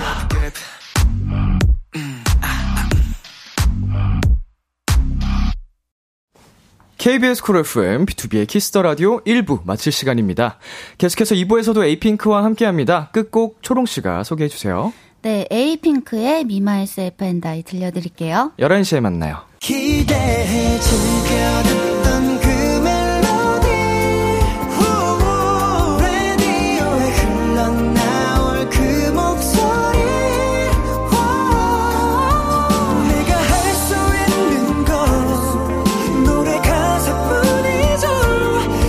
KBS 쿨 FM, B2B의 키스터 라디오 1부 마칠 시간입니다. 계속해서 2부에서도 에이핑크와 함께 합니다. 끝곡 초롱씨가 소개해주세요. 네, 에이핑크의 미마 SF and I 들려드릴게요. 11시에 만나요. 기대해 즐겨 듣던 그 멜로디 후, 라디오에 흘러나올 그 목소리 와, 내가 할 수 있는 건 노래 가사뿐이죠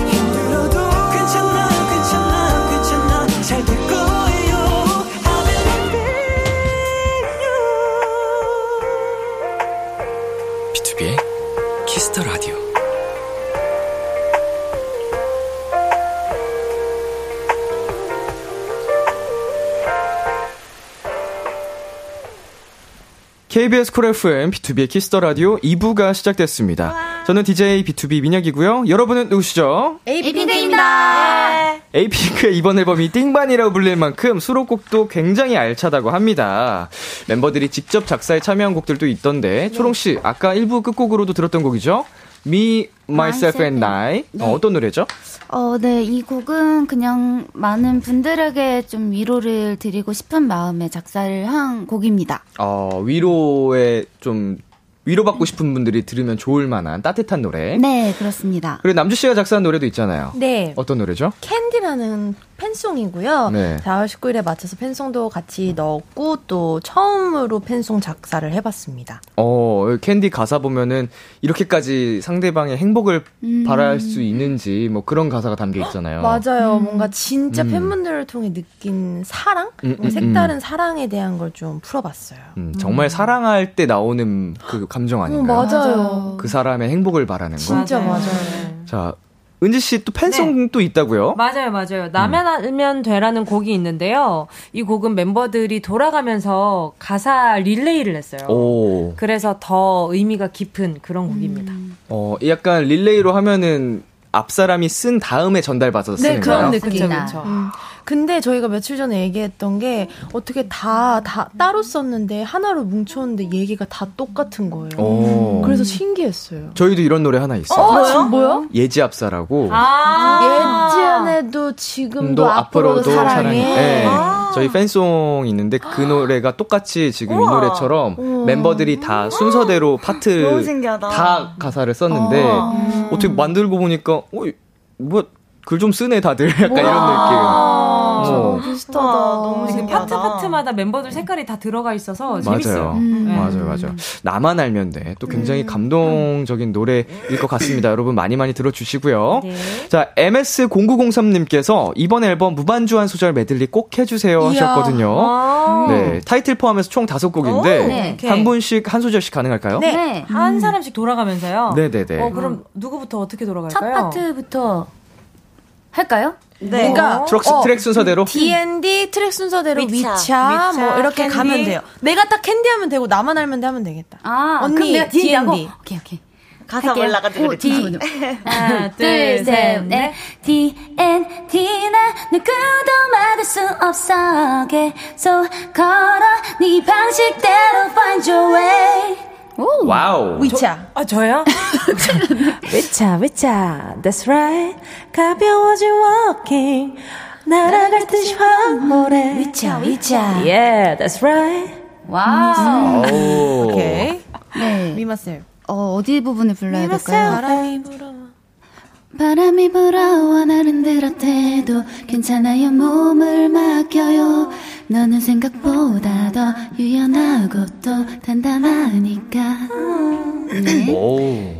힘들어도 괜찮아 괜찮아 괜찮아 잘 될 거예요 I believe in you B2B의 키스터 라디오. KBS 쿨 FM, B2B의 키스터 라디오 2부가 시작됐습니다. 저는 DJ B2B 민혁이고요. 여러분은 누구시죠? 아. 에이핑크입니다. 에이핑크의 이번 앨범이 띵반이라고 불릴 만큼 수록곡도 굉장히 알차다고 합니다. 멤버들이 직접 작사에 참여한 곡들도 있던데 초롱 씨 아까 1부 끝곡으로도 들었던 곡이죠? Me, Myself and I 네. 어, 떤 노래죠? 어, 네, 이 곡은 그냥 많은 분들에게 좀 위로를 드리고 싶은 마음에 작사를 한 곡입니다. 어, 위로에 좀 위로받고 싶은 분들이 들으면 좋을 만한 따뜻한 노래. 네, 그렇습니다. 그리고 남주 씨가 작사한 노래도 있잖아요. 네. 어떤 노래죠? 캔디라는 팬송이고요. 네. 4월 19일에 맞춰서 팬송도 같이 넣었고 또 처음으로 팬송 작사를 해봤습니다. 어, 캔디 가사 보면은 이렇게까지 상대방의 행복을 음. 음. 바랄 수 있는지 뭐 그런 가사가 담겨 있잖아요. 맞아요. 뭔가 진짜 어. 음. 팬분들을 통해 느낀 사랑, 음, 뭔가 음, 색다른 음. 사랑에 대한 걸 좀 풀어봤어요. 음, 정말 사랑할 때 나오는 그 감정 어, 아닌가요? 맞아요. 그 사람의 행복을 바라는 거. 진짜 네. 맞아요. 자, 은지 씨 또 팬송 또 어? 있다고요? 맞아요, 맞아요. 나면 알면 되라는 곡이 있는데요. 이 곡은 멤버들이 돌아가면서 가사 릴레이를 했어요. 오. 그래서 더 의미가 깊은 그런 곡입니다. 음. 어, 약간 릴레이로 하면은 앞 사람이 쓴 다음에 전달받아서 쓰는 네, 그런 거예요. 그쵸, 느낌. 그쵸. 음. 근데 저희가 며칠 전에 얘기했던 게 어떻게 다, 다 따로 썼는데 하나로 뭉쳤는데 얘기가 다 똑같은 거예요. 오. 그래서 신기했어요. 저희도 이런 노래 하나 있어요. 아, 뭐요? 뭐요? 예지 앞사라고. 아. 예전에도 아, 지금도 앞으로도, 사랑해. 아. 네. 저희 팬송 있는데 그 노래가 똑같이 지금 이 노래처럼 어. 멤버들이 다 순서대로 너무 파트 신기하다. 다 가사를 썼는데 어떻게 만들고 보니까 어, 뭐글 좀 쓰네 다들 약간 이런 느낌. 어. 비슷하다. 너무 이게 신기하다. 파트 파트마다 멤버들 색깔이 다 들어가 있어서 재밌어요. 맞아요. 네. 음. 음. 맞아요, 맞아요. 나만 알면 돼. 또 굉장히 감동적인 노래일 것 음. 같습니다. 여러분 많이 많이 들어주시고요. 네. 네. 자, MS0903님께서 이번 앨범 무반주 한 소절 메들리 꼭 해주세요 이야. 하셨거든요. 아. 네, 타이틀 포함해서 총 다섯 곡인데 오, 네. 한 분씩 한 소절씩 가능할까요? 네. 한 사람씩 돌아가면서요. 네, 네, 네. 어, 그럼 누구부터 어떻게 첫 돌아갈까요? 파트부터 할까요? 네. 그러니까 트랙, 어, 트랙 순서대로 D&D 트랙 순서대로 위차, 위차, 위차, 뭐 이렇게 캔디. 가면 돼요. 내가 딱 캔디 하면 되고 나만 알면 돼 하면 되겠다. 아, 언니, 그럼 내가 뒤에 하고. D&D. 오케이, 오케이. 가사 할게요. 올라가지고 오, 아, 그랬지. D. 하나, 둘, 셋, 넷. D, N, D, 나 누구도 막을 수 없어. 계속 걸어. 네 방식대로 find your way. 와우. 위차. 아, 저요? 외차, 아. 외차, that's right. 가벼워진 walking. 날아갈 듯이 황홀해. 위차, 위차. Yeah, that's right. 와우. 오. 오케이. 네. 미마 쌤. 어, 어디 부분을 네, 불러야 될까요? 바람이 불어. 바람이 불어와 날 흔들어대도 괜찮아요 몸을 맡겨요 너는 생각보다 더 유연하고 또 단단하니까 네. 오.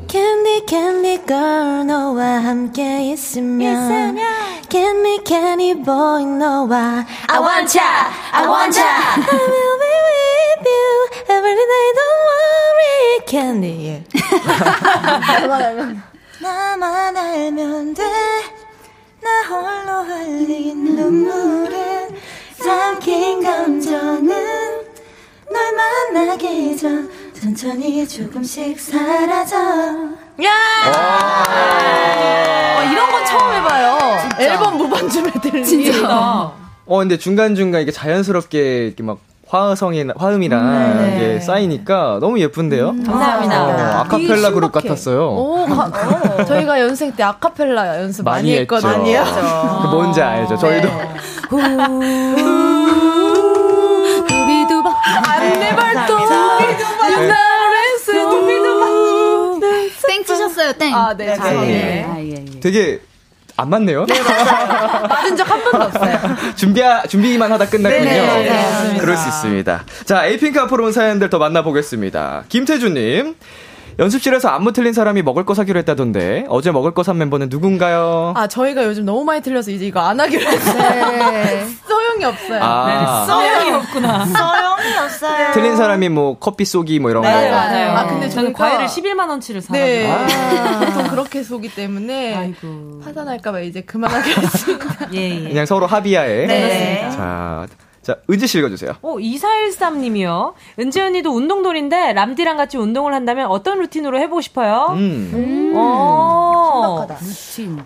캔디 캔디 걸 너와 함께 어. 있으면 캔디 캔디 보이 너와 I want ya I want ya I will be with you every day don't worry 캔디 예. 나만 알면 돼나 홀로 흘린 눈물은 삼킨 감정은 널 만나기 전 천천히 조금씩 사라져 야! 어, 와, 이런 건 처음 해봐요. 앨범 무반주 메들리. 진짜. 어 근데 중간 중간 이게 자연스럽게 이렇게 막 화성이나 화음이랑 음, 네네. 이게 쌓이니까 너무 예쁜데요. 음. 감사합니다. 어, 아카펠라 그룹 신박해. 같았어요. 오, 가- 어. 저희가 연습생 때 아카펠라 연습 많이, 많이 했죠. 했거든요. 네. 그 뭔지 알죠. 저희도 두비두바 안내발 두비두바 네. 유나레스 두비두바 땡 치셨어요, 땡. 아, 네, 아, 예, 잘해. 아, 예, 예. 되게 안 맞네요. 맞은 적 한 번도 없어요. 준비 준비만 하다 끝났군요. 네, 네, 네, 맞습니다. 그럴 수 있습니다. 자, 에이핑크 앞으로 온 사연들 더 만나보겠습니다. 김태주님. 연습실에서 안무 틀린 사람이 먹을 거 사기로 했다던데 어제 먹을 거 산 멤버는 누군가요? 아, 저희가 요즘 너무 많이 틀려서 이제 이거 안 하기로 했어요. 네. 소용이 없어요. 아, 써영이 없구나. 서영이 없어요. 틀린 사람이 뭐 커피 쏘기 뭐 이런 네, 맞아요, 거. 맞아요. 아, 근데 저는 저희가- 과일을 11만 원치를 사가지고. 네. 아, 보통 그렇게 속이 때문에 아이고. 파산할까봐 이제 그만하기로 했습니다. 예, 예. 그냥 서로 합의하에. 네. 자, 자 의지 씨 읽어주세요. 오, 2413님이요. 은지 언니도 운동돌인데, 람디랑 같이 운동을 한다면 어떤 루틴으로 해보고 싶어요? 음, 오. 루틴.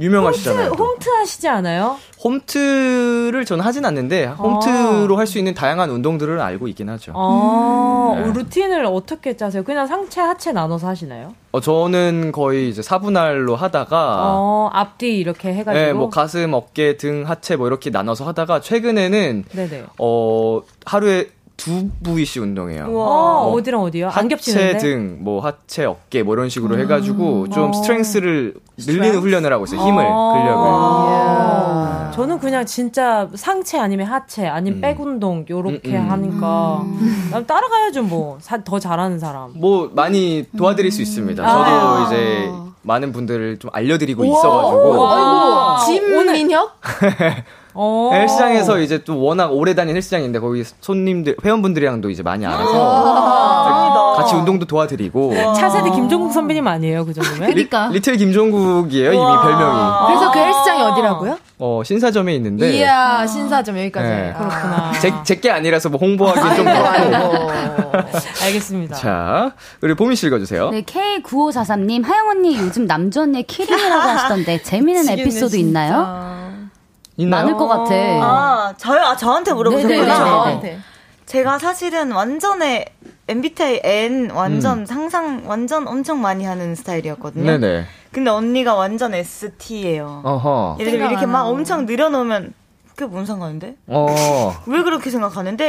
유명하시잖아요. 어. 홈트, 홈트 하시지 않아요? 홈트를 저는 하진 않는데 홈트로 할 수 있는 다양한 운동들을 알고 있긴 하죠. 어, 음. 오, 루틴을 어떻게 짜세요? 그냥 상체, 하체 나눠서 하시나요? 어, 저는 거의 이제 사분할로 하다가 어, 앞뒤 이렇게 해가지고. 아. 네, 뭐 가슴, 어깨, 등, 하체 뭐 이렇게 나눠서 하다가 최근에는 네네. 어 하루에 두 부위씩 운동해요. 어, 뭐 어디랑 어디요? 안 하체 겹치는데. 등, 뭐 하체, 어깨 뭐 이런 식으로 해가지고 좀 어. 스트렝스를 늘리는 훈련을 하고 있어요. 힘을 어. 근력을. 예. 저는 그냥 진짜 상체 아니면 하체 아니면 음. 백 운동 요렇게 음, 음. 하니까 난 따라가야죠 뭐더 잘하는 사람. 뭐 많이 도와드릴 수 있습니다. 저도 아. 이제 많은 분들을 좀 알려드리고 있어가지고 와. 진민혁? 어. 헬스장에서 이제 또 워낙 오래 다닌 헬스장인데 거기 손님들 회원분들이랑도 이제 많이 알아서 같이 운동도 도와드리고 차세대 김종국 선배님 아니에요 그 정도면? 그러니까. 리틀 김종국이에요 이미 별명이 그래서 그 헬스장이 어디라고요? 아. 어 신사점에 있는데 네. 이야, 신사점 여기까지. 네. 네. 아. 그렇구나. 제제게 아니라서 뭐 홍보하기 좀 그렇고 알겠습니다. 자 우리 보민 씨 읽어주세요 네, K9543님, 하영 언니 요즘 남주 언니의 아, 키링이라고 하시던데, 재미있는 에피소드 있나요? 있나요? 많을 것 같아. 아, 저요? 아, 저한테 네. 네네네. 물어보셨구나. 저한테. 제가 사실은 완전의 MBTI N 음. 완전 상상 완전 엄청 많이 하는 스타일이었거든요. 네네 근데 언니가 완전 ST예요. 어허 예를 들면 이렇게 막 엄청 늘여놓으면 그게 뭔 상관인데? 어네 왜 그렇게 생각하는데?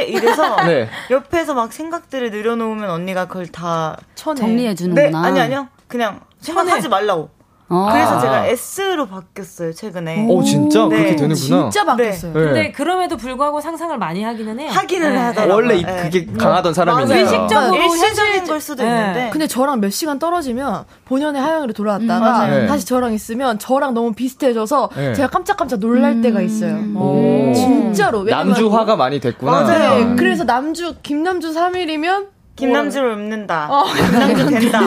이래서 네. 옆에서 막 생각들을 늘여놓으면 언니가 그걸 다 정리해주는구나. 네, 아니 아니요. 그냥 생각하지 말라고. 어. 그래서 아. 제가 S로 바뀌었어요 최근에. 오 진짜 네. 그렇게 되는구나 진짜 바뀌었어요. 네. 근데 그럼에도 불구하고 상상을 많이 하기는 해요. 하기는 하더라고요. 원래 이- 네. 그게 강하던 사람이니까 의식적으로 어, 일시적인 걸 수도 네. 있는데. 근데 저랑 몇 시간 떨어지면 본연의 하영이로 음, 돌아왔다가 맞아요. 네. 다시 저랑 있으면 저랑 너무 비슷해져서 네. 제가 깜짝깜짝 놀랄 음. 때가 있어요. 오. 진짜로. 왜냐면- 남주화가 많이 됐구나 맞아요. 네. 음. 그래서 남주 김남주 3일이면 뭐 김남주를 읊는다. 어. 김남주 된다.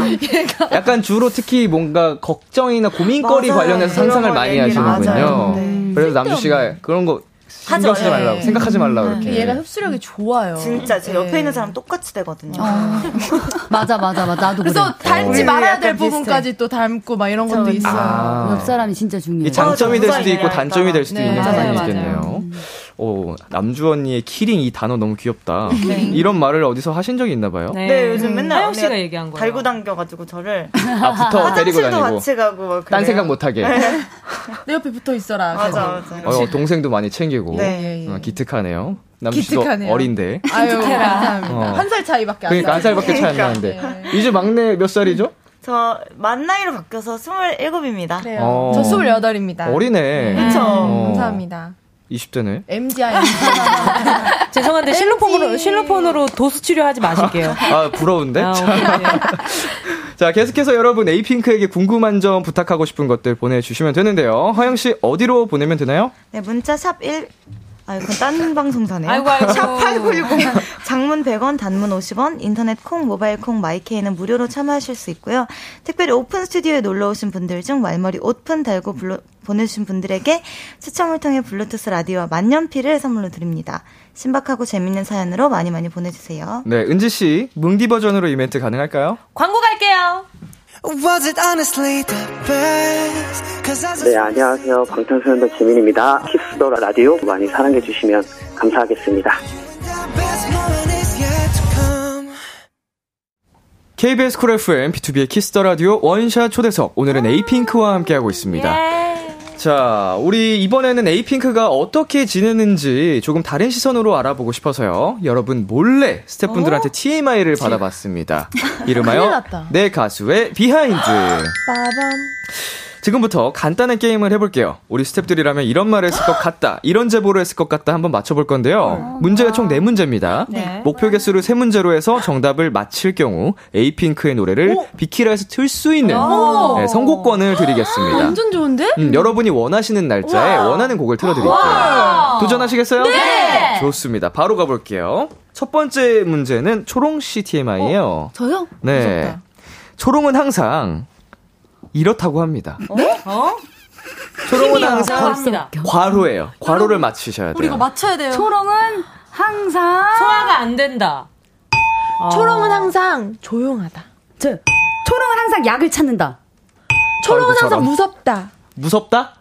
약간 주로 특히 뭔가 걱정이나 고민거리 맞아요. 관련해서 상상을 그런 많이 거 얘기를 하시는군요. 맞아요. 네. 그래서 남주 씨가 그런 거 신경 쓰지 하죠. 말라고 예. 생각하지 말라고 이렇게. 얘가 음. 흡수력이 좋아요. 진짜 제 옆에 예. 네. 있는 사람 똑같이 되거든요. 어. 맞아, 맞아, 맞아. 나도 그래. 그래서 닮지 어. 말아야 약간 될 비슷해. 부분까지 또 닮고 막 이런 것도 있어요. 아. 옆 사람이 진짜 중요해. 이 어, 장점이 될 수도 있고 정상이네요, 단점이 될 수도 네, 있는 맞아요, 상황이 맞아요. 있겠네요. 오, 남주 언니의 키링 이 단어 너무 귀엽다. 네. 이런 말을 어디서 하신 적이 있나 봐요. 네. 네, 요즘 맨날 하영 씨가 언니가 얘기한 거예요. 달고 당겨가지고 저를 아, 붙어 때리고 화장실도 다니고. 같이 가고 막 딴 그래요. 생각 못하게. 네. 내 옆에 붙어 있어라. 맞아 맞아. 어, 동생도 많이 챙기고. 네. 어, 기특하네요. 남주 씨도 예, 기특하네요. 어린데. 아유, 감사합니다. 어. 한 살 차이밖에 안 그러니까 한 나요. 살밖에 차이 안 나는데. 그러니까. 이제 막내 몇 살이죠? 저 만 나이로 바뀌어서 27입니다. 그래요. 어. 저 28입니다. 어리네. 그쵸. 어. 아, 감사합니다. 20대네. MGI. 아, 죄송한데 실로폰으로 실로폰으로 도수 치료하지 마실게요. 네, 아, 부러운데? 어. 아, 자, 네. 오케이. 자, 계속해서 여러분 에이핑크에게 궁금한 점 부탁하고 싶은 것들 보내주시면 되는데요. 허영 씨 어디로 보내면 되나요? 네, 문자 샵 1. 아, 이건 딴 방송사네요. 아이고, 아이고. 샵8910. 장문 100원, 단문 50원, 인터넷 콩, 모바일 콩, 마이케이는 무료로 참여하실 수 있고요. 특별히 오픈 스튜디오에 놀러 오신 분들 중 말머리 오픈 달고 불러, 보내주신 분들에게 추첨을 통해 블루투스 라디오와 만년필을 선물로 드립니다. 신박하고 재밌는 사연으로 많이 많이 보내주세요. 네, 은지 씨, 뭉디 버전으로 이벤트 가능할까요? 광고 갈게요. Was it honestly the best? Cause I just 네, 안녕하세요. 방탄소년단 지민입니다. 키스더 라디오 많이 사랑해주시면 감사하겠습니다. KBS 쿨 FM B2B의 키스터 라디오 원샷 초대석 오늘은 에이핑크와 함께하고 있습니다. 네. 자, 우리 이번에는 에이핑크가 어떻게 지내는지 조금 다른 시선으로 알아보고 싶어서요. 여러분 몰래 스태프분들한테 TMI를 받아봤습니다. 어? 큰일 이름하여 났다. 내 가수의 비하인드. 빠밤. 지금부터 간단한 게임을 해볼게요. 우리 스탭들이라면 이런 말을 했을 것 같다, 이런 제보를 했을 것 같다 한번 맞춰볼 어, 건데요. 문제가 총 네문제입니다 네. 목표 개수를 세문제로 해서 정답을 맞힐 경우 에이핑크의 노래를 비키라에서 틀 수 있는 오. 네, 선곡권을 드리겠습니다. 완전 좋은데? 음, 여러분이 원하시는 날짜에 원하는 곡을 틀어드릴게요. 와. 도전하시겠어요? 네. 좋습니다. 바로 가볼게요. 첫 번째 문제는 초롱 씨 TMI예요. 저요? 네. 초롱은 항상 이렇다고 합니다. 네? 어? 초롱은 힘이요. 항상 과합니다. 과로예요. 과로를 맞추셔야 돼요. 맞춰야 돼요. 초롱은 항상 소화가 안 된다. 아. 초롱은 항상 조용하다. 저, 초롱은 항상 약을 찾는다. 초롱은 얼굴처럼. 항상 무섭다. 무섭다?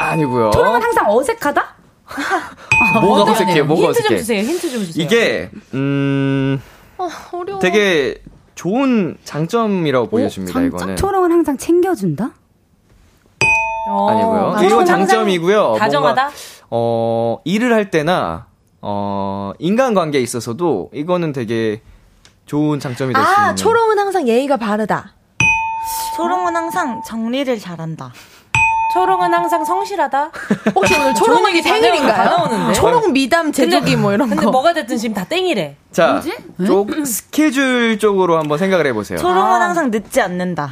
아니고요. 초롱은 항상 어색하다? 뭐가 어색해요? 뭐가 힌트 좀 어색해? 주세요. 힌트 좀 주세요. 이게 음 어, 어려워. 되게 좋은 장점이라고 보여집니다. 이거는 어? 초롱은 항상 챙겨준다? 어, 뭐 아니고요. 이건 장점이고요. 다정하다? 뭔가, 어 일을 할 때나 어 인간관계에 있어서도 이거는 되게 좋은 장점이 될 수 있는. 아, 초롱은 항상 예의가 바르다. 초롱은 항상 정리를 잘한다. 초롱은 항상 성실하다. 혹시 좋은 오늘 초롱이 얘기 다 생일인가요? 나오- 다 나오는데. 초롱 미담 제조기 뭐 이런 근데 어. 거. 뭐가 됐든 지금 다 땡이래. 자, 쪽 스케줄 쪽으로 한번 생각을 해보세요. 초롱은 항상 늦지 않는다.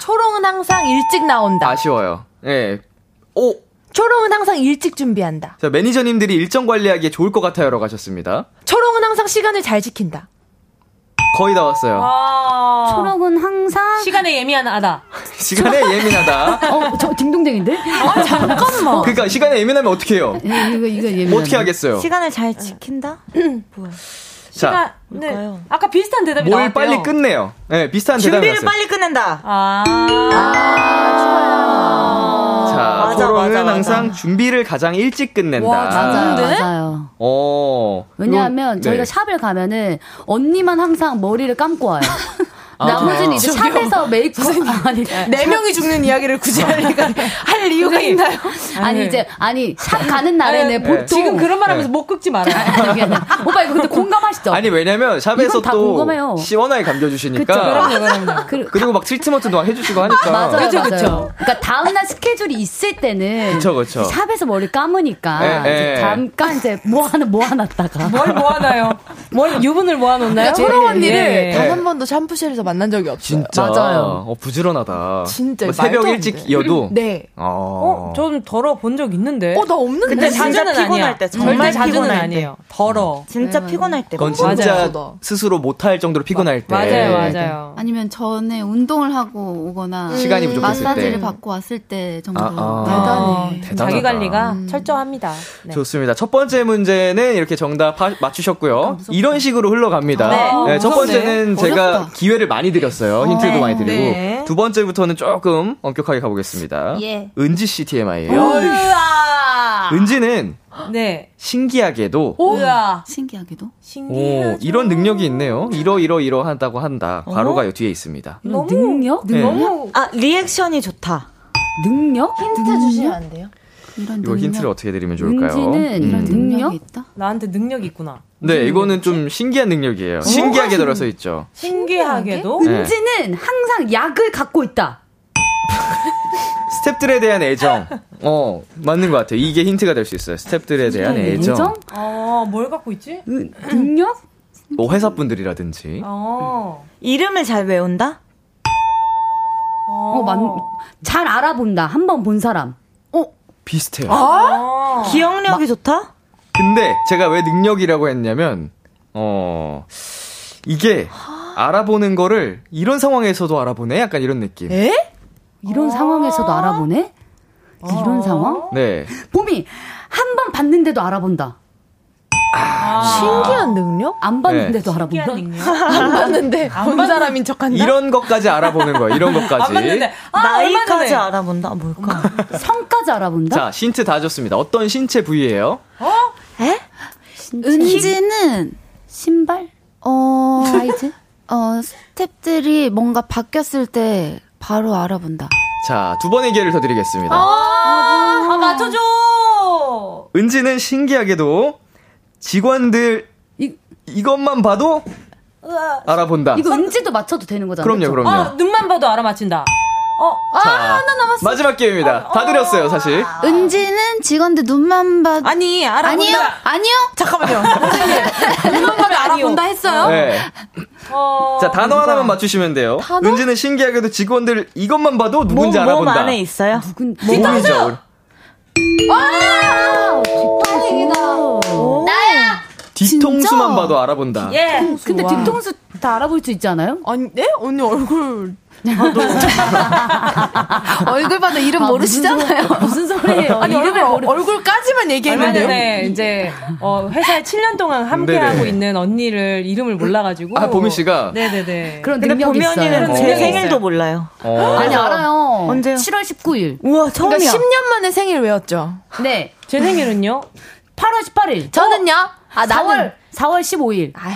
초롱은 항상 일찍 나온다. 아쉬워요. 예. 오. 초롱은 항상 일찍 준비한다. 자, 매니저님들이 일정 관리하기에 좋을 것 같아요라고 하셨습니다. 초롱은 항상 시간을 잘 지킨다. 거의 다 아. 왔어요. 초롱은 항상 시간에 예민하다. 시간에 예민하다. 어, 저 딩동댕인데? 잠깐만. 그러니까 시간에 예민하면 어떻게 해요? 예, 이거 이거 예민. 어떻게 하겠어요? 시간을 잘 지킨다? 뭐야? 자, 네. 아까 비슷한 대답이 뭘 나왔대요. 빨리 끝내요. 예, 비슷한 대답이 준비를 왔어요. 빨리 끝낸다. 아. 자, 맞아, 토론은 맞아, 맞아. 항상 준비를 가장 일찍 끝낸다. 맞아요, 맞아요. 어. 왜냐하면 이건- 저희가 네. 샵을 가면은 언니만 항상 머리를 감고 와요. 아. 나머지는 이제 저기요. 샵에서 메이크업 아니 네 명이 죽는 이야기를 굳이 할, 리가, 할 이유가 선생님. 있나요? 아니 이제 아니 샵 가는 날에는 보통 네. 아, 지금 그런 말 하면서 못 긁지 마라. 오빠 이거 근데 공감하시죠? 아니, 왜냐면 샵에서 이건 다 또 궁금해요. 시원하게 감겨 주시니까 그쵸, 그럼요, 그- 그리고 막 트리트먼트도 해 주시고 하니까. 맞아요, 그쵸, 맞아요. 그쵸. 그러니까 다음날 스케줄이 있을 때는 그쵸, 그쵸. 샵에서 머리 감으니까 예, 이제 예. 잠깐 이제 뭐 하나 뭐 하나다가 뭘 모아놔요? 뭘 유분을 모아놓나요? 네. 초롱 예, 그러니까 언니를 예. 단 한 번도 샴푸실에서 만난 적이 없어요. 네. 진짜. 맞아요. 어, 부지런하다. 진짜 뭐 말도 새벽 안 돼. 일찍이어도. 네. 어. 어, 좀 더러 본 적 있는데. 어, 나 없는데. 네. 근데 진짜 자주는 피곤할 아니야. 때, 정말 절대 자주는 피곤할 때. 아니에요. 더러. 진짜 네, 피곤할 때. 그건 맞아요. 진짜 맞아. 스스로 못할 정도로 피곤할 때. 맞아요, 네. 맞아요. 아니면 전에 운동을 하고 오거나 시간이 부족했을 때. 마사지를 받고 왔을 때 정도. 아, 아. 어, 대단하다. 자기 관리가 철저합니다. 네. 좋습니다. 첫 번째 문제는 이렇게 정답 하- 맞추셨고요. 이런 식으로 흘러갑니다. 네. 첫 무섭네. 번째는 제가 어렵다. 기회를 많이 드렸어요. 힌트도 많이 드리고. 네. 두 번째부터는 조금 엄격하게 가보겠습니다. 예. 은지 씨 TMI예요. 은지는 어, 네. 신기하게도 우와. 신기하게도. 오, 신기하죠. 이런 능력이 있네요. 이러 이러 이러 한다고 한다. 괄호가 뒤에 있습니다. 이런 능력? 네. 너무 아, 리액션이 좋다. 능력? 힌트 주시면 안 돼요? 이런 이거 능력. 힌트를 어떻게 드리면 좋을까요? 음. 은지는 이런 능력? 능력이 있다. 나한테 능력이 있구나. 네, 이거는 좀 신기한 능력이에요. 신기하게 들어서 있죠. 신기하게도 네. 은지는 항상 약을 갖고 있다. 스탭들에 대한 애정. 어, 맞는 것 같아요. 이게 힌트가 될 수 있어요. 스탭들에 대한 애정. 네, 애정? 어, 뭘 갖고 있지? 은- 능력? 뭐 회사분들이라든지. 어. 이름을 잘 외운다? 어, 만, 잘 알아본다. 한 번 본 사람. 비슷해요. 어. 기억력이 좋다? 근데 제가 왜 능력이라고 했냐면, 어, 이게 알아보는 거를 이런 상황에서도 알아보네? 약간 이런 느낌. 이런 상황에서도 알아보네? 이런 상황? 네. 봄이 한 번 봤는데도 알아본다. 신기한 능력? 안 봤는데도 알아본다? 안 봤는데 안 본 봤는- 사람인 척한다? 이런 것까지 알아보는 거야. 이런 것까지. 나이까지 알아본다? 뭘까? 성까지 알아본다? 자, 신체 다 줬습니다. 어떤 신체 부위예요? 어? 에? 은지는 신발? 어, 사이즈? 어, 스탭들이 뭔가 바뀌었을 때 바로 알아본다. 자, 두 번의 기회를 더 드리겠습니다. 아, 아, 맞춰줘. 은지는 신기하게도 직원들 이, 이것만 봐도 알아본다. 이거 은지도 맞춰도 되는 거잖아. 그럼요, 그럼요. 아, 눈만 봐도 알아맞힌다. 어, 자, 아, 하나 남았어. 마지막 기회입니다. 다 드렸어요, 사실. 은지는 직원들 눈만 봐. 아니, 알아본다. 아니요? 아니요? 잠깐만요. 눈만 보면 알아본다 했어요? 네. 어, 자, 단어 하나만 맞추시면 돼요. 단어? 은지는 신기하게도 직원들 이것만 봐도 누군지 몸, 몸 알아본다. 안에 있어요? 누군, 몸이죠. 아! 뒷통수다. 나야! 뒤통수만 진짜? 봐도 알아본다. 예. 뒤통수, 근데 와. 뒤통수 다 알아볼 수 있지 않아요? 아니, 네? 언니 얼굴. 얼굴 봐도 이름 아, 모르시잖아요. 무슨 소- 무슨 소리예요. 아니, 이름을 얼굴, 어, 모르- 얼굴까지만 얼마 얘기하면 돼요. 전에 이제 어, 회사에 7년 동안 네네. 함께하고 있는 언니를 이름을 몰라가지고 아, 보미 씨가? 네네네 그런 근데 능력이 보면은 있어요. 그런 제 능력이 생일도 있어요. 몰라요. 어. 아니, 알아요. 언제요? 7월 19일. 우와, 그러니까 처음이야. 10년 만에 생일 외웠죠. 네. 제 생일은요? 8월 18일. 저는요? 아, 나는. 4월, 4월 15일. 아휴,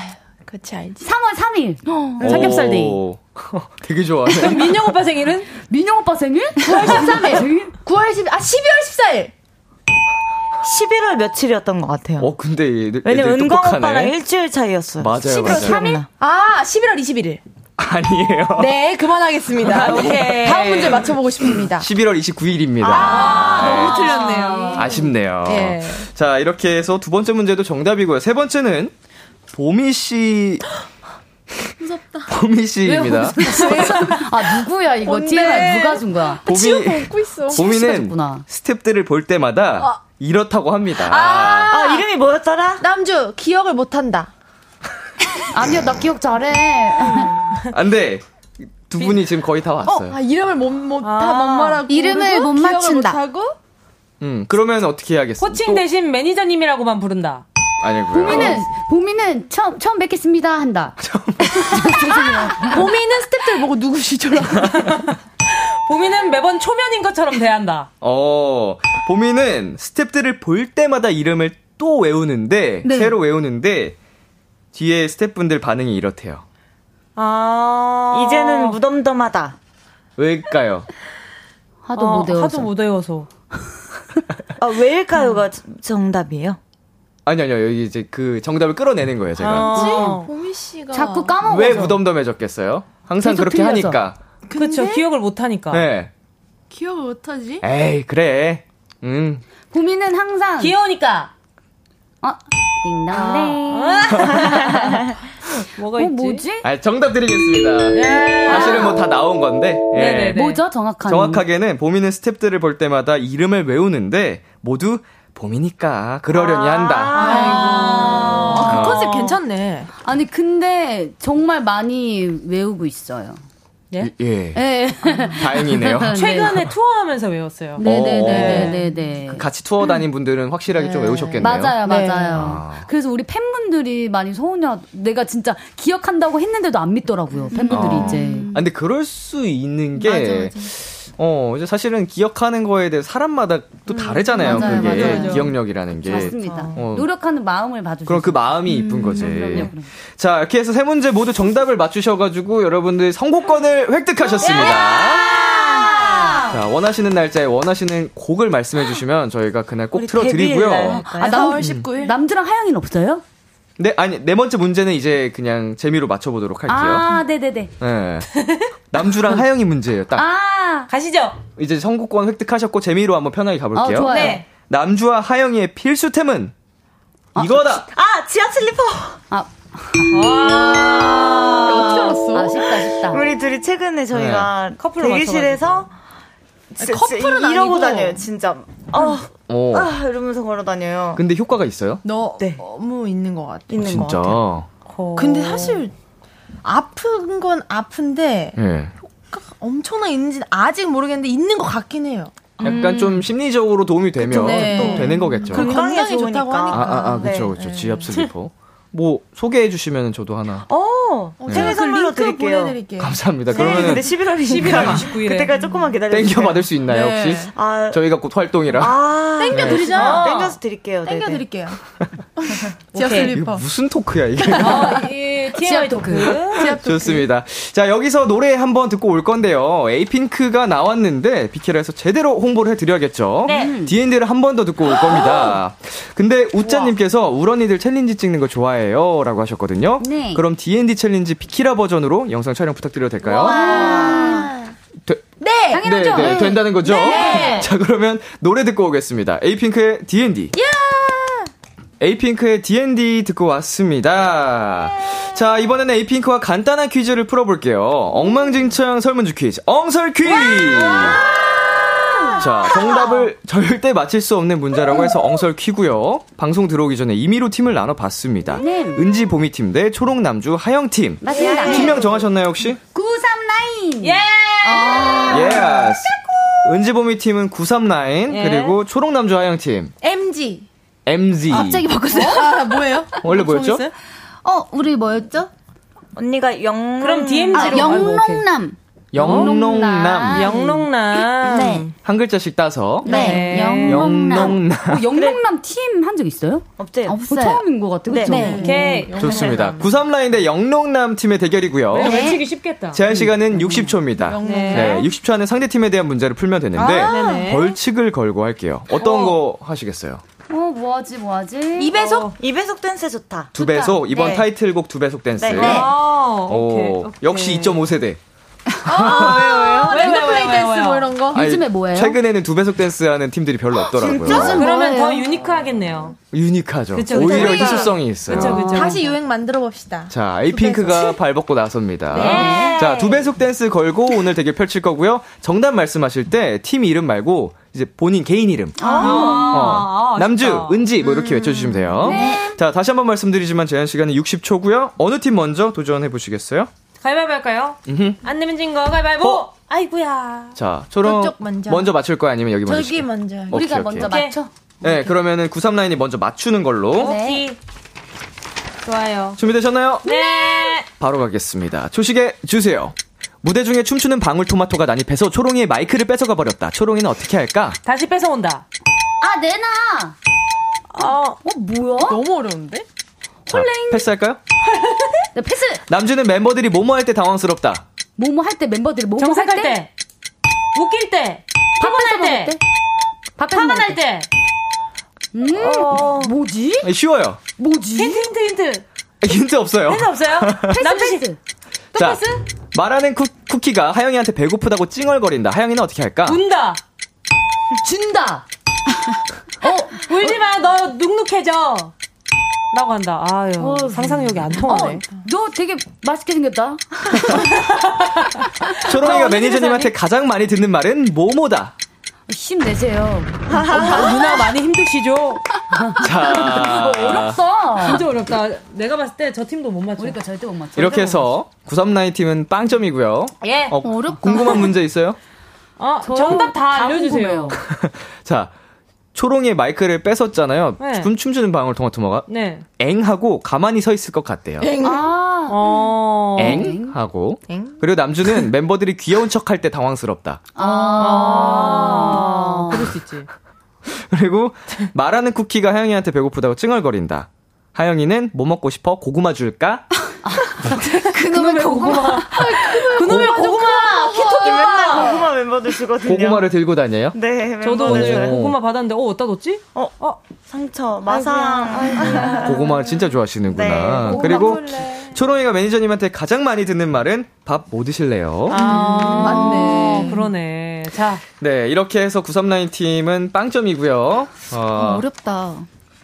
그치, 알지. 3월 3일. 오. 되게 좋아하네. 민영 오빠 생일은? 민영 오빠 생일? 9월 13일. 9월 10, 아, 12월 14일! 11월 며칠이었던 것 같아요. 어, 근데 얘들, 왜냐면 얘들 은광 똑똑하네. 오빠랑 일주일 차이였어요. 맞아요, 11월 맞아요. 3일? 아, 11월 21일. 아니에요. 네, 그만하겠습니다. 네. 오케이. 다음 문제 맞춰보고 싶습니다. 11월 29일입니다. 아, 너무 틀렸네요. 아쉽네요. 예. 자, 이렇게 해서 두 번째 문제도 정답이고요. 세 번째는 보미 씨. 무섭다. 보미 씨입니다. 아, 누구야, 이거? 뭔데? TMI 누가 준 거야? 보미, 웃고 어. 있어. 보미는 줬구나. 스탭들을 볼 때마다 이렇다고 합니다. 아, 이름이 뭐였더라? 남주, 기억을 못한다. 아니야, 나 기억 어. 잘해. 안 돼. 두 분이 지금 거의 다 왔어요. 아, 이름을 못, 못, 아. 다못 말하고. 이름을 그리고 못 기억을 맞춘다. 못하고. 음, 그러면 어떻게 해야겠어요? 코칭 대신 매니저님이라고만 부른다 아니고요. 보미는, 보미는 처음, 처음 뵙겠습니다. 한다. 보미는 스탭들 보고 누구시죠? 보미는 매번 초면인 것처럼 대한다 어, 보미는 스탭들을 볼 때마다 이름을 또 외우는데 네. 새로 외우는데 뒤에 스탭분들 반응이 이렇대요. 아 이제는 무덤덤하다. 왜일까요? 하도 못 외워서. 어, 하도 못 외워서 아, 왜일까요가 정답이에요? 아니 아니요 여기 이제 그 정답을 끌어내는 거예요 아. 제가. 아. 보미 씨가. 자꾸 까먹어. 왜 무덤덤해졌겠어요? 항상 계속 그렇게 틀려서. 하니까. 그렇죠 기억을 못하니까 네. 기억을 못하지? 에이 그래. 음. 보미는 항상. 귀여우니까 어, 띵동댕. 뭐가 어, 아, 뭐 있지? 아, 뭐지? 아 정답 드리겠습니다. 사실은 뭐 다 나온 건데. 예. 네네네. 네. 뭐죠, 정확한? 정확하게는 보미는 스탭들을 볼 때마다 이름을 외우는데 모두 보미니까 그러려니 한다. 아, 그 어. 컨셉 괜찮네. 아니, 근데 정말 많이 외우고 있어요. 예? 예. 예. 다행이네요. 최근에 투어하면서 네. 외웠어요 네, 네네네네네. 같이 투어 다닌 분들은 확실하게 좀 외우셨겠네요. 맞아요, 네. 맞아요. 그래서 우리 팬분들이 많이 서운해. 내가 진짜 기억한다고 했는데도 안 믿더라고요. 팬분들이 어. 이제. 아, 근데 그럴 수 있는 게 어, 이제 사실은 기억하는 거에 대해 사람마다 또 다르잖아요. 음, 맞아요, 그게 맞아요. 기억력이라는 게. 맞습니다. 어. 노력하는 마음을 봐주세요. 그럼 그 마음이 이쁜 거지. 그럼요, 그럼요. 자, 이렇게 해서 세 문제 모두 정답을 맞추셔가지고 여러분들이 선곡권을 획득하셨습니다. 아! 자, 원하시는 날짜에 원하시는 곡을 말씀해주시면 저희가 그날 꼭 우리 데뷔 날 틀어드리고요. 할까요? 아, 나- 4월 19일. 남주랑 하영이는 없어요? 네, 아니, 네 번째 문제는 이제 그냥 재미로 맞춰보도록 할게요. 아, 네네네. 네. 남주랑 하영이 문제예요, 딱. 아, 가시죠 이제 선곡권 획득하셨고 재미로 한번 편하게 가볼게요. 어, 좋아요. 네. 남주와 하영이의 필수템은 이거다. 아, 지하 슬리퍼! 아, 아, 어떻게 알았어? 아쉽다, 쉽다. 우리 둘이 최근에 네. 저희가 커플로 대기실에서 진짜 커플은 이러고 아니고. 다녀요, 진짜. 어, 오. 아, 이러면서 걸어 다녀요. 근데 효과가 있어요? 너 네. 너무 있는 것 같아. 어. 있는 것 어, 진짜. 같아요. 근데 사실 아픈 건 아픈데 예. 엄청나 있는지는 아직 모르겠는데 있는 것 같긴 해요. 약간 좀 심리적으로 도움이 되면 네. 되는 거겠죠. 그리고 건강에 좋다고 아, 하니까. 아, 아, 그쵸, 그쵸. 지압 슬리퍼. 뭐, 소개해 주시면 저도 하나. 어, 네. 생일 선물로 그 링크 드릴게요. 네. 네, 감사합니다. 생일이 그러면은 네, 근데 11월 11월 29일. 에 그때까지 조금만 기다려 주세요. 땡겨 받을 수 있나요, 네. 혹시? 아, 저희가 곧 활동이라. 아, 네. 아, 땡겨서 드릴게요. 땡겨 네네. 드릴게요. 지압 오케이. 슬리퍼. 이거 무슨 토크야, 이게. 어, TMI 토크. 좋습니다. 자, 여기서 노래 한번 듣고 올 건데요. 에이핑크가 나왔는데, 비키라에서 제대로 홍보를 해드려야겠죠? 네. D&D를 한 번 더 듣고 올 겁니다. 근데 우짜님께서 우런이들 챌린지 찍는 거 좋아해요. 라고 하셨거든요. 네. 그럼 D&D 챌린지 비키라 버전으로 영상 촬영 부탁드려도 될까요? 되- 네, 네, 네, 된다는 거죠? 네. 자, 그러면 노래 듣고 오겠습니다. 에이핑크의 D&D. 에이핑크의 D&D 듣고 왔습니다. 자, 이번에는 에이핑크와 간단한 퀴즈를 풀어볼게요. 엉망진창 설문지 퀴즈, 엉설 퀴즈! 자, 정답을 절대 맞힐 수 없는 문제라고 해서 엉설 퀴고요. 방송 들어오기 전에 임의로 팀을 나눠봤습니다. 네. 은지 보미 팀 대 초록 남주 하영 팀. 맞습니다. 예. 팀명 정하셨나요 혹시? 939. 예. 예스. 은지 보미 팀은 939 예. 그리고 초록 남주 하영 팀 MG. MZ. 아, 뭐예요? 원래 뭐였죠? 정했어요? 어, 우리 뭐였죠? 언니가 영 그럼 DMZ로 아, 영롱남. 영롱남. 영롱남. 음. 네. 한 글자씩 따서. 네. 영롱남. 어, 영롱남 팀 한 적 있어요? 없대요. 없어요. 처음인 것 같아요. 그쵸? 네. 오케이. 좋습니다. 93라인 대 영롱남 팀의 대결이고요. 네. 외치기 쉽겠다. 제한 시간은 60초입니다. 영롱. 네. 60초 안에 상대 팀에 대한 문제를 풀면 되는데 아, 네네. 벌칙을 걸고 할게요. 어떤 거 하시겠어요? 어, 뭐하지, 뭐하지? 어, 2배속? 2배속 댄스 좋다. 두 배속 이번 네. 타이틀곡 두 배속 댄스. 네. 네. 아, 오, 역시 2.5세대. 아, 왜요, 왜요? 랜덤플레이 왜요, 왜요, 댄스 뭐 왜요? 이런 거? 최근에는 두 배속 댄스 하는 팀들이 별로 없더라고요. 그러면 더 유니크하겠네요. 유니크하죠. 그쵸, 그쵸. 오히려 그러니까. 희소성이 있어요. 네. 네. 다시 유행 만들어 봅시다. 자, 에이핑크가 발벗고 나섭니다. 네. 자, 두 배속 댄스 걸고 오늘 되게 펼칠 거고요. 정답 말씀하실 때 팀 이름 말고 이제 본인 개인 이름. 아, 어, 아, 남주, 아쉽다. 은지 뭐 이렇게 외쳐주시면 돼요. 네. 자, 다시 한번 말씀드리지만 제한 시간은 60초고요. 어느 팀 먼저 도전해 보시겠어요? 가위바위보 할까요? 음흠. 어? 안 내면 진 거 가위바위보. 아이고야. 자, 초롱 저쪽 먼저. 맞출 거야 아니면 여기 먼저? 칠까요? 먼저. 어. 오케이, 오케이. 네, 그러면은 939이 먼저 맞추는 걸로. 오케이. 어, 좋아요. 준비되셨나요? 네. 바로 가겠습니다. 초식에 주세요. 무대 중에 춤추는 방울토마토가 난입해서 초롱이의 마이크를 뺏어가 버렸다. 초롱이는 어떻게 할까? 다시 뺏어온다. 아, 내놔. 어, 뭐야? 너무 어려운데? 자, 패스할까요? 네, 패스. 남주는 멤버들이 뭐뭐 할 때 당황스럽다. 뭐뭐 할 때 멤버들이 뭐뭐 정색할 할 때. 웃길 때. 피곤할 때. 밥 화가 날 때. 음, 뭐지? 아니, 쉬워요. 아, 뭐지? 힌트, 힌트, 힌트. 힌트 없어요. 힌트 없어요? 남주씨. 또 자, 패스? 말하는 쿠, 쿠키가 하영이한테 배고프다고 찡얼거린다. 하영이는 어떻게 할까? 운다. 준다. 어, 울지 마. 너 눅눅해져. 라고 한다. 아유. 상상력이 안 통하네. 너 되게 맛있게 생겼다. 초롱이가 어, 매니저님한테 가장 많이 듣는 말은 뭐뭐다. 힘내세요. 누나 많이 힘드시죠? 자. 진짜 어렵다. 내가 봤을 때 저 팀도 못 맞춰. 아. 우리가 절대 못 맞춰. 이렇게 해서 939 팀은 빵점이고요. 예. 어, 어렵다. 궁금한 문제 있어요? 어, 정답 다 다 알려주세요. 자, 초롱이의 마이크를 뺏었잖아요. 네. 춤 춤추는 방울토마토마가 네. 앵하고 가만히 서 있을 것 같대요. 아. 어. 앵하고 그리고 남주는 멤버들이 귀여운 척 할 때 당황스럽다. 아. 아. 그럴 수 있지. 그리고 말하는 쿠키가 하영이한테 배고프다고 찡얼거린다. 하영이는 뭐 먹고 싶어? 고구마 줄까? 그놈의 고구마. 그놈의 고구마. 키토기 맨날 맨날. 고구마 멤버들 주거든요. 고구마를 들고 다녀요? 네, 저도 멤버들. 오늘 고구마 받았는데, 어, 어디다 뒀지? 어, 어, 상처, 마상. 고구마 진짜 좋아하시는구나. 네, 고구마 그리고 초롱이가 매니저님한테 가장 많이 듣는 말은 밥 뭐 드실래요? 아, 맞네. 그러네. 자, 네, 이렇게 해서 939 팀은 빵점이고요. 어, 어렵다.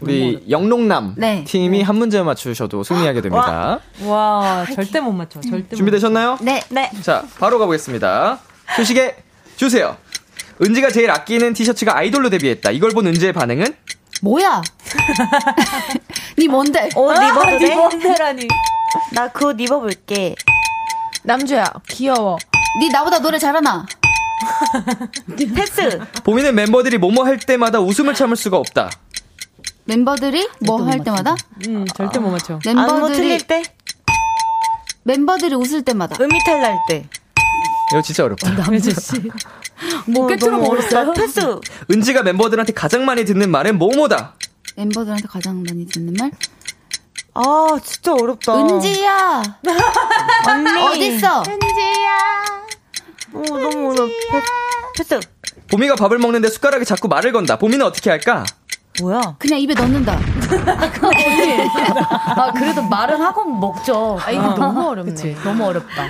우리 영롱남 네. 팀이 한 문제 맞추셔도 승리하게 됩니다. 와, 절대 못 맞춰. 절대 못 준비되셨나요? 네. 네. 자, 바로 가보겠습니다. 휴식에 주세요. 은지가 제일 아끼는 티셔츠가 아이돌로 데뷔했다. 이걸 본 은지의 반응은? 뭐야? 니 뭔데? 아, 옷 입어도 돼? 뭔데라니. 나 그 옷 입어볼게. 남주야, 귀여워. 니 나보다 노래 잘하나? 패스. 보미는 멤버들이 뭐뭐 할 때마다 웃음을 참을 수가 없다. 멤버들이 뭐 할 때마다? 음, 절대 못 맞춰. 아, 뭐 안무 틀릴 때? 멤버들이 웃을 때마다. 음이탈 날 때. 이거 진짜 어렵다. 남주 씨. 뭐 깨트려 먹었어요? 패스. 은지가 멤버들한테 가장 많이 듣는 말은 뭐뭐다. 멤버들한테 가장 많이 듣는 말? 아, 진짜 어렵다. 은지야. 언니. 어딨어? 오, 너무 어렵 패스. 보미가 밥을 먹는데 숟가락에 자꾸 말을 건다. 보미는 어떻게 할까? 뭐야? 그냥 입에 넣는다. 아, 그래도 말은 하고 먹죠. 아, 이거 너무 어렵네. 그치? 너무 어렵다.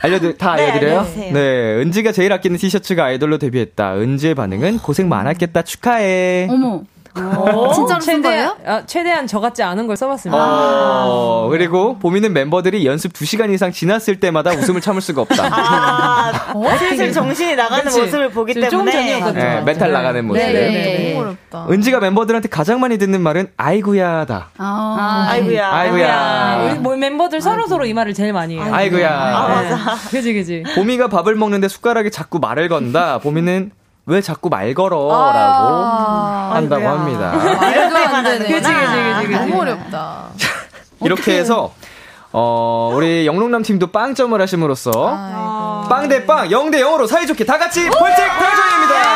알려드 다 네, 알려드려요. 알려주세요. 네, 은지가 제일 아끼는 티셔츠가 아이돌로 데뷔했다. 은지의 반응은 고생 많았겠다. 축하해. 어머. 오, 진짜로 쓴 최대한, 아, 최대한 저 같지 않은 걸 써봤습니다. 어, 그리고 보미는 멤버들이 연습 2시간 이상 지났을 때마다 웃음을 참을 수가 없다. 슬슬 정신이 나가는 그치. 모습을 보기 지금 때문에. 조금 전이었거든요. 네, 멘탈 나가는 모습. 네. 예. 너무 어렵다. 은지가 멤버들한테 가장 많이 듣는 말은 아이구야다. 아, 아이고야. 아이고야. 우리 뭐 멤버들 서로 서로 이 말을 제일 많이 해요. 아이고야. 아, 맞아. 그지 그지. 보미가 밥을 먹는데 숟가락에 자꾸 말을 건다. 보미는 왜 자꾸 말 걸어라고 아, 한다고 합니다. 말도 안 되네. 그치, 그치, 그치, 그치. 너무 어렵다. 이렇게 해서 어, 우리 영롱남 팀도 빵점을 하심으로써 빵 대 빵, 0 대 0으로 사이좋게 다 같이 벌칙 탈전입니다.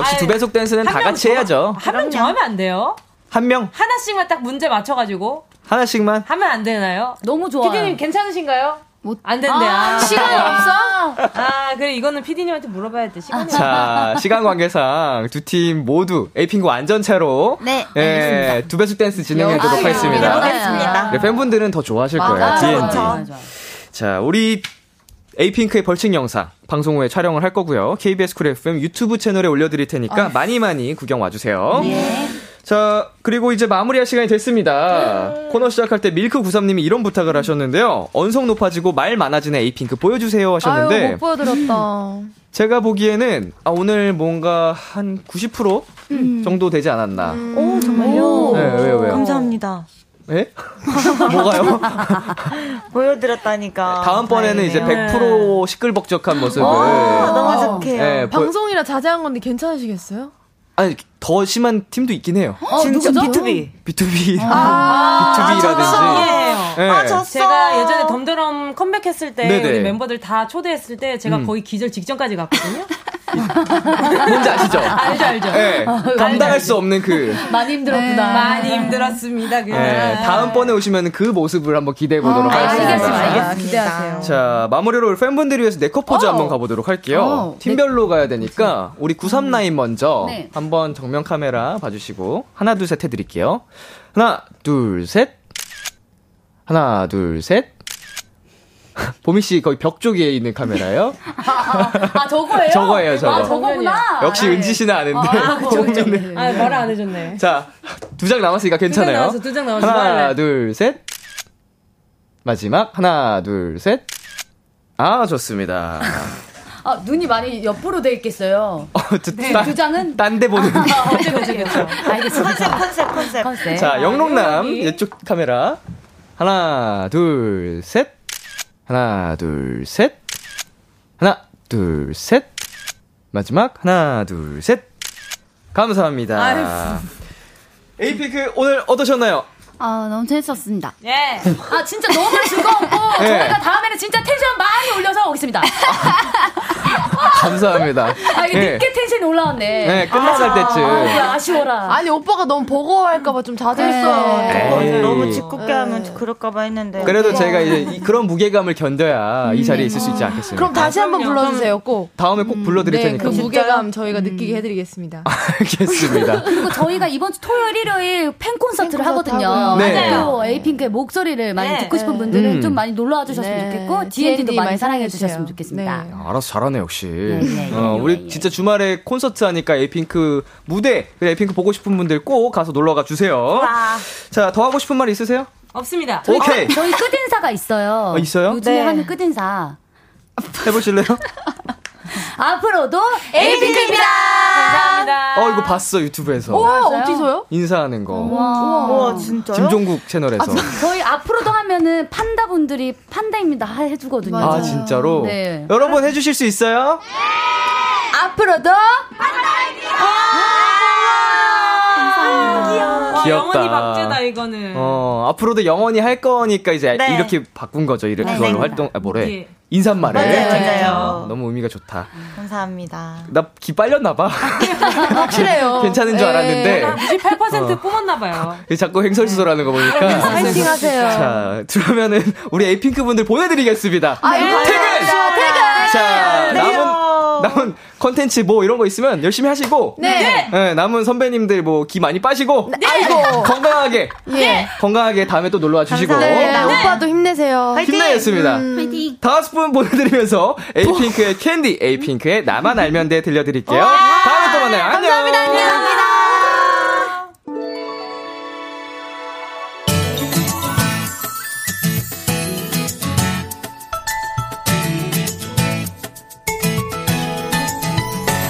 역시 두 배속 댄스는 다 같이 해야죠. 한 명 정하면 안 돼요? 한 명 하나씩만 딱 문제 맞춰가지고 하나씩만 하면 안 되나요? 너무 좋아요. 피디님 괜찮으신가요? 안 된대요. 아, 시간이 없어? 아 그래 이거는 피디님한테 물어봐야 돼. 시간이 아, 없어. 자, 시간 관계상 두 팀 모두 에이핑구 안전체로 네, 예, 두 배속 댄스 진행하도록 하겠습니다. 해보겠습니다. 네, 팬분들은 더 좋아하실 그렇죠. 거예요. 맞아요. D&D. 맞아요. 자, 우리 에이핑크의 벌칙 영상 방송 후에 촬영을 할 거고요. KBS 쿨 FM 유튜브 채널에 올려드릴 테니까 많이 많이 구경 와주세요. 자, 그리고 이제 마무리할 시간이 됐습니다. 코너 시작할 때 밀크93님이 이런 부탁을 하셨는데요. 언성 높아지고 말 많아지는 에이핑크 보여주세요 하셨는데. 아유, 뭐 못 보여드렸다. 음. 제가 보기에는 아, 오늘 뭔가 한 90% 정도 되지 않았나. 음. 오, 정말요? 네, 왜요, 왜요? 감사합니다. 예? 뭐가요? 보여드렸다니까. 네, 다음번에는 이제 네. 100% 시끌벅적한 모습을. 아, 너무 좋게요. 예, 보여- 방송이라 자제한 건데 괜찮으시겠어요? 아니, 더 심한 팀도 있긴 해요. 어, 진짜 B2B. B2B. 아, B2B라든지. 졌어. 아, 네. 졌어. 제가 예전에 덤덤 컴백했을 때 네네. 우리 멤버들 다 초대했을 때 제가 음. 거의 기절 직전까지 갔거든요. 예. 뭔지 아시죠? 알죠 알죠. 네, 예, 아, 네. 감당할 수 없는 그. 많이 힘들었구나. 많이 힘들었습니다. 아, 예, 아. 그날. 다음번에 오시면 그 모습을 한번 기대해 보도록 하겠습니다. 알겠습니다. 아, 기대하세요. 자, 마무리로 우리 팬분들을 위해서 네컷 포즈 한번 가보도록 할게요. 어, 팀별로 가야 되니까 우리 939 먼저 네. 한번 정면 카메라 봐주시고 하나, 둘, 셋 해드릴게요. 하나, 둘, 셋. 하나, 둘, 셋. 보미 씨 거의 벽 쪽에 있는 카메라예요. 아, 저거예요? 저거예요, 저거. 아, 저거구나. 역시 은지 씨는 아는데. 보미는. 아, 말을 안 해줬네. 자, 두 장 남았으니까 두장 괜찮아요. 나왔어, 두장 나왔어. 하나, 말해. 둘, 셋. 마지막, 하나, 둘, 셋. 아, 좋습니다. 아, 눈이 많이 옆으로 돼 있겠어요. 어, 두, 네, 두 장은? 딴데 보는. 그쵸, 그쵸, 그쵸. 컨셉, 컨셉, 컨셉. 컨셉. 자, 영롱남, 영롱이. 이쪽 카메라. 하나, 둘, 셋. 하나, 둘, 셋. 하나, 둘, 셋. 마지막, 하나, 둘, 셋. 감사합니다. 에이핑크 오늘 어떠셨나요? 아, 너무 재밌었습니다. 예. 아, 진짜 너무 즐거웠고, 네. 저희가 다음에는 진짜 텐션 많이 올려서 오겠습니다. 감사합니다. 아, 이게 예. 늦게 텐션이 올라왔네. 네, 끝나갈 때쯤. 아, 아쉬워라. 아니, 오빠가 너무 버거워할까봐 좀 네. 자제했어요. 네. 에이. 너무 짓궂게 하면 그럴까봐 했는데. 네. 네. 그래도 제가 이제 이- 그런 무게감을 견뎌야 이 자리에 있을 수 있지 않겠습니까? 그럼 다시 한번 불러주세요, 꼭. 다음에 꼭 불러드릴 네, 그 테니까 무게감 저희가 느끼게 해드리겠습니다. 아, 알겠습니다. 그리고 저희가 이번 주 토요일, 일요일 팬 콘서트를 콘서트 하거든요. 하고요. 네. 또 에이핑크의 목소리를 많이 네. 듣고 싶은 분들은 음. 좀 많이 놀러와 주셨으면 네. 좋겠고, D&D도 D&D 많이 많이 사랑해 사랑해주세요. 주셨으면 좋겠습니다. 네. 야, 알아서 잘하네 역시. 예, 예, 어, 예, 네, 우리 예. 진짜 주말에 콘서트 하니까 에이핑크 무대 그리고 에이핑크 보고 싶은 분들 꼭 가서 놀러 가 주세요. 와. 자, 더 하고 싶은 말 있으세요? 없습니다. 오케이. 아, 저희 끝인사가 있어요. 어, 있어요? 요즘에 네. 하는 끝인사. 해 보실래요? 앞으로도 에이핑크입니다. 아. 감사합니다. 어, 이거 아, 봤어 유튜브에서. 어, 어디서요? 인사하는 거. 우와, 어, 진짜요? 아, 김종국 채널에서. 저희 앞으로도 하면 하면은 판다 분들이 판다입니다 하- 해주거든요. 아 진짜로 네. 여러분 해주실 수 있어요? 앞으로도 아, 와, 귀엽다. 영원히 박제다 이거는. 어 앞으로도 영원히 할 거니까 이제 네. 이렇게 바꾼 거죠. 이렇게 네. 그걸로 활동 아, 뭐래 예. 인사말을 맞아요, 맞아요. 아, 너무 의미가 좋다. 감사합니다. 나 기 빨렸나 봐. 아, 확실해요. 괜찮은 줄 알았는데. 네. 98% 네. 어. 뿜었나 봐요. 자꾸 횡설수설하는 거 보니까. 아, 네. 네. 화이팅 하세요. 자 그러면은 우리 에이핑크 분들 보내드리겠습니다. 자 남은 남은 컨텐츠 뭐 이런 거 있으면 열심히 하시고 네. 예, 남은 선배님들 뭐 기 많이 빠시고 아이고. 건강하게 예. 건강하게 다음에 또 놀러 와 주시고 네, 오빠도 힘내세요. 힘내겠습니다. 음. 다섯 분 보내드리면서 에이핑크의 캔디, 에이핑크의 나만 알면 돼 들려드릴게요. 다음에 또 만나요. 안녕. 감사합니다.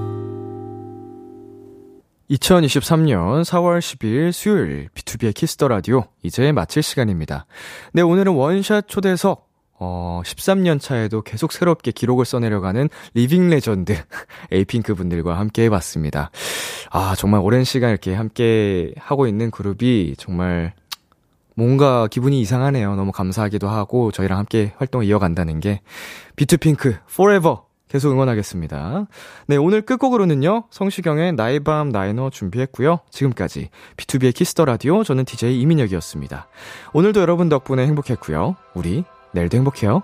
2023년 4월 10일 수요일 B2B의 키스터 라디오 이제 마칠 시간입니다. 네, 오늘은 원샷 초대석 어, 13년 차에도 계속 새롭게 기록을 써내려가는 리빙 레전드 에이핑크 분들과 함께 해봤습니다. 아, 정말 오랜 시간 이렇게 함께 하고 있는 그룹이 정말 뭔가 기분이 이상하네요. 너무 감사하기도 하고 저희랑 함께 활동을 이어간다는 게 비투핑크 forever 계속 응원하겠습니다. 네, 오늘 끝곡으로는요. 성시경의 나의 밤 나이너 준비했고요. 지금까지 B2B의 키스터 라디오 저는 DJ 이민혁이었습니다. 오늘도 여러분 덕분에 행복했고요. 우리 내일도 행복해요.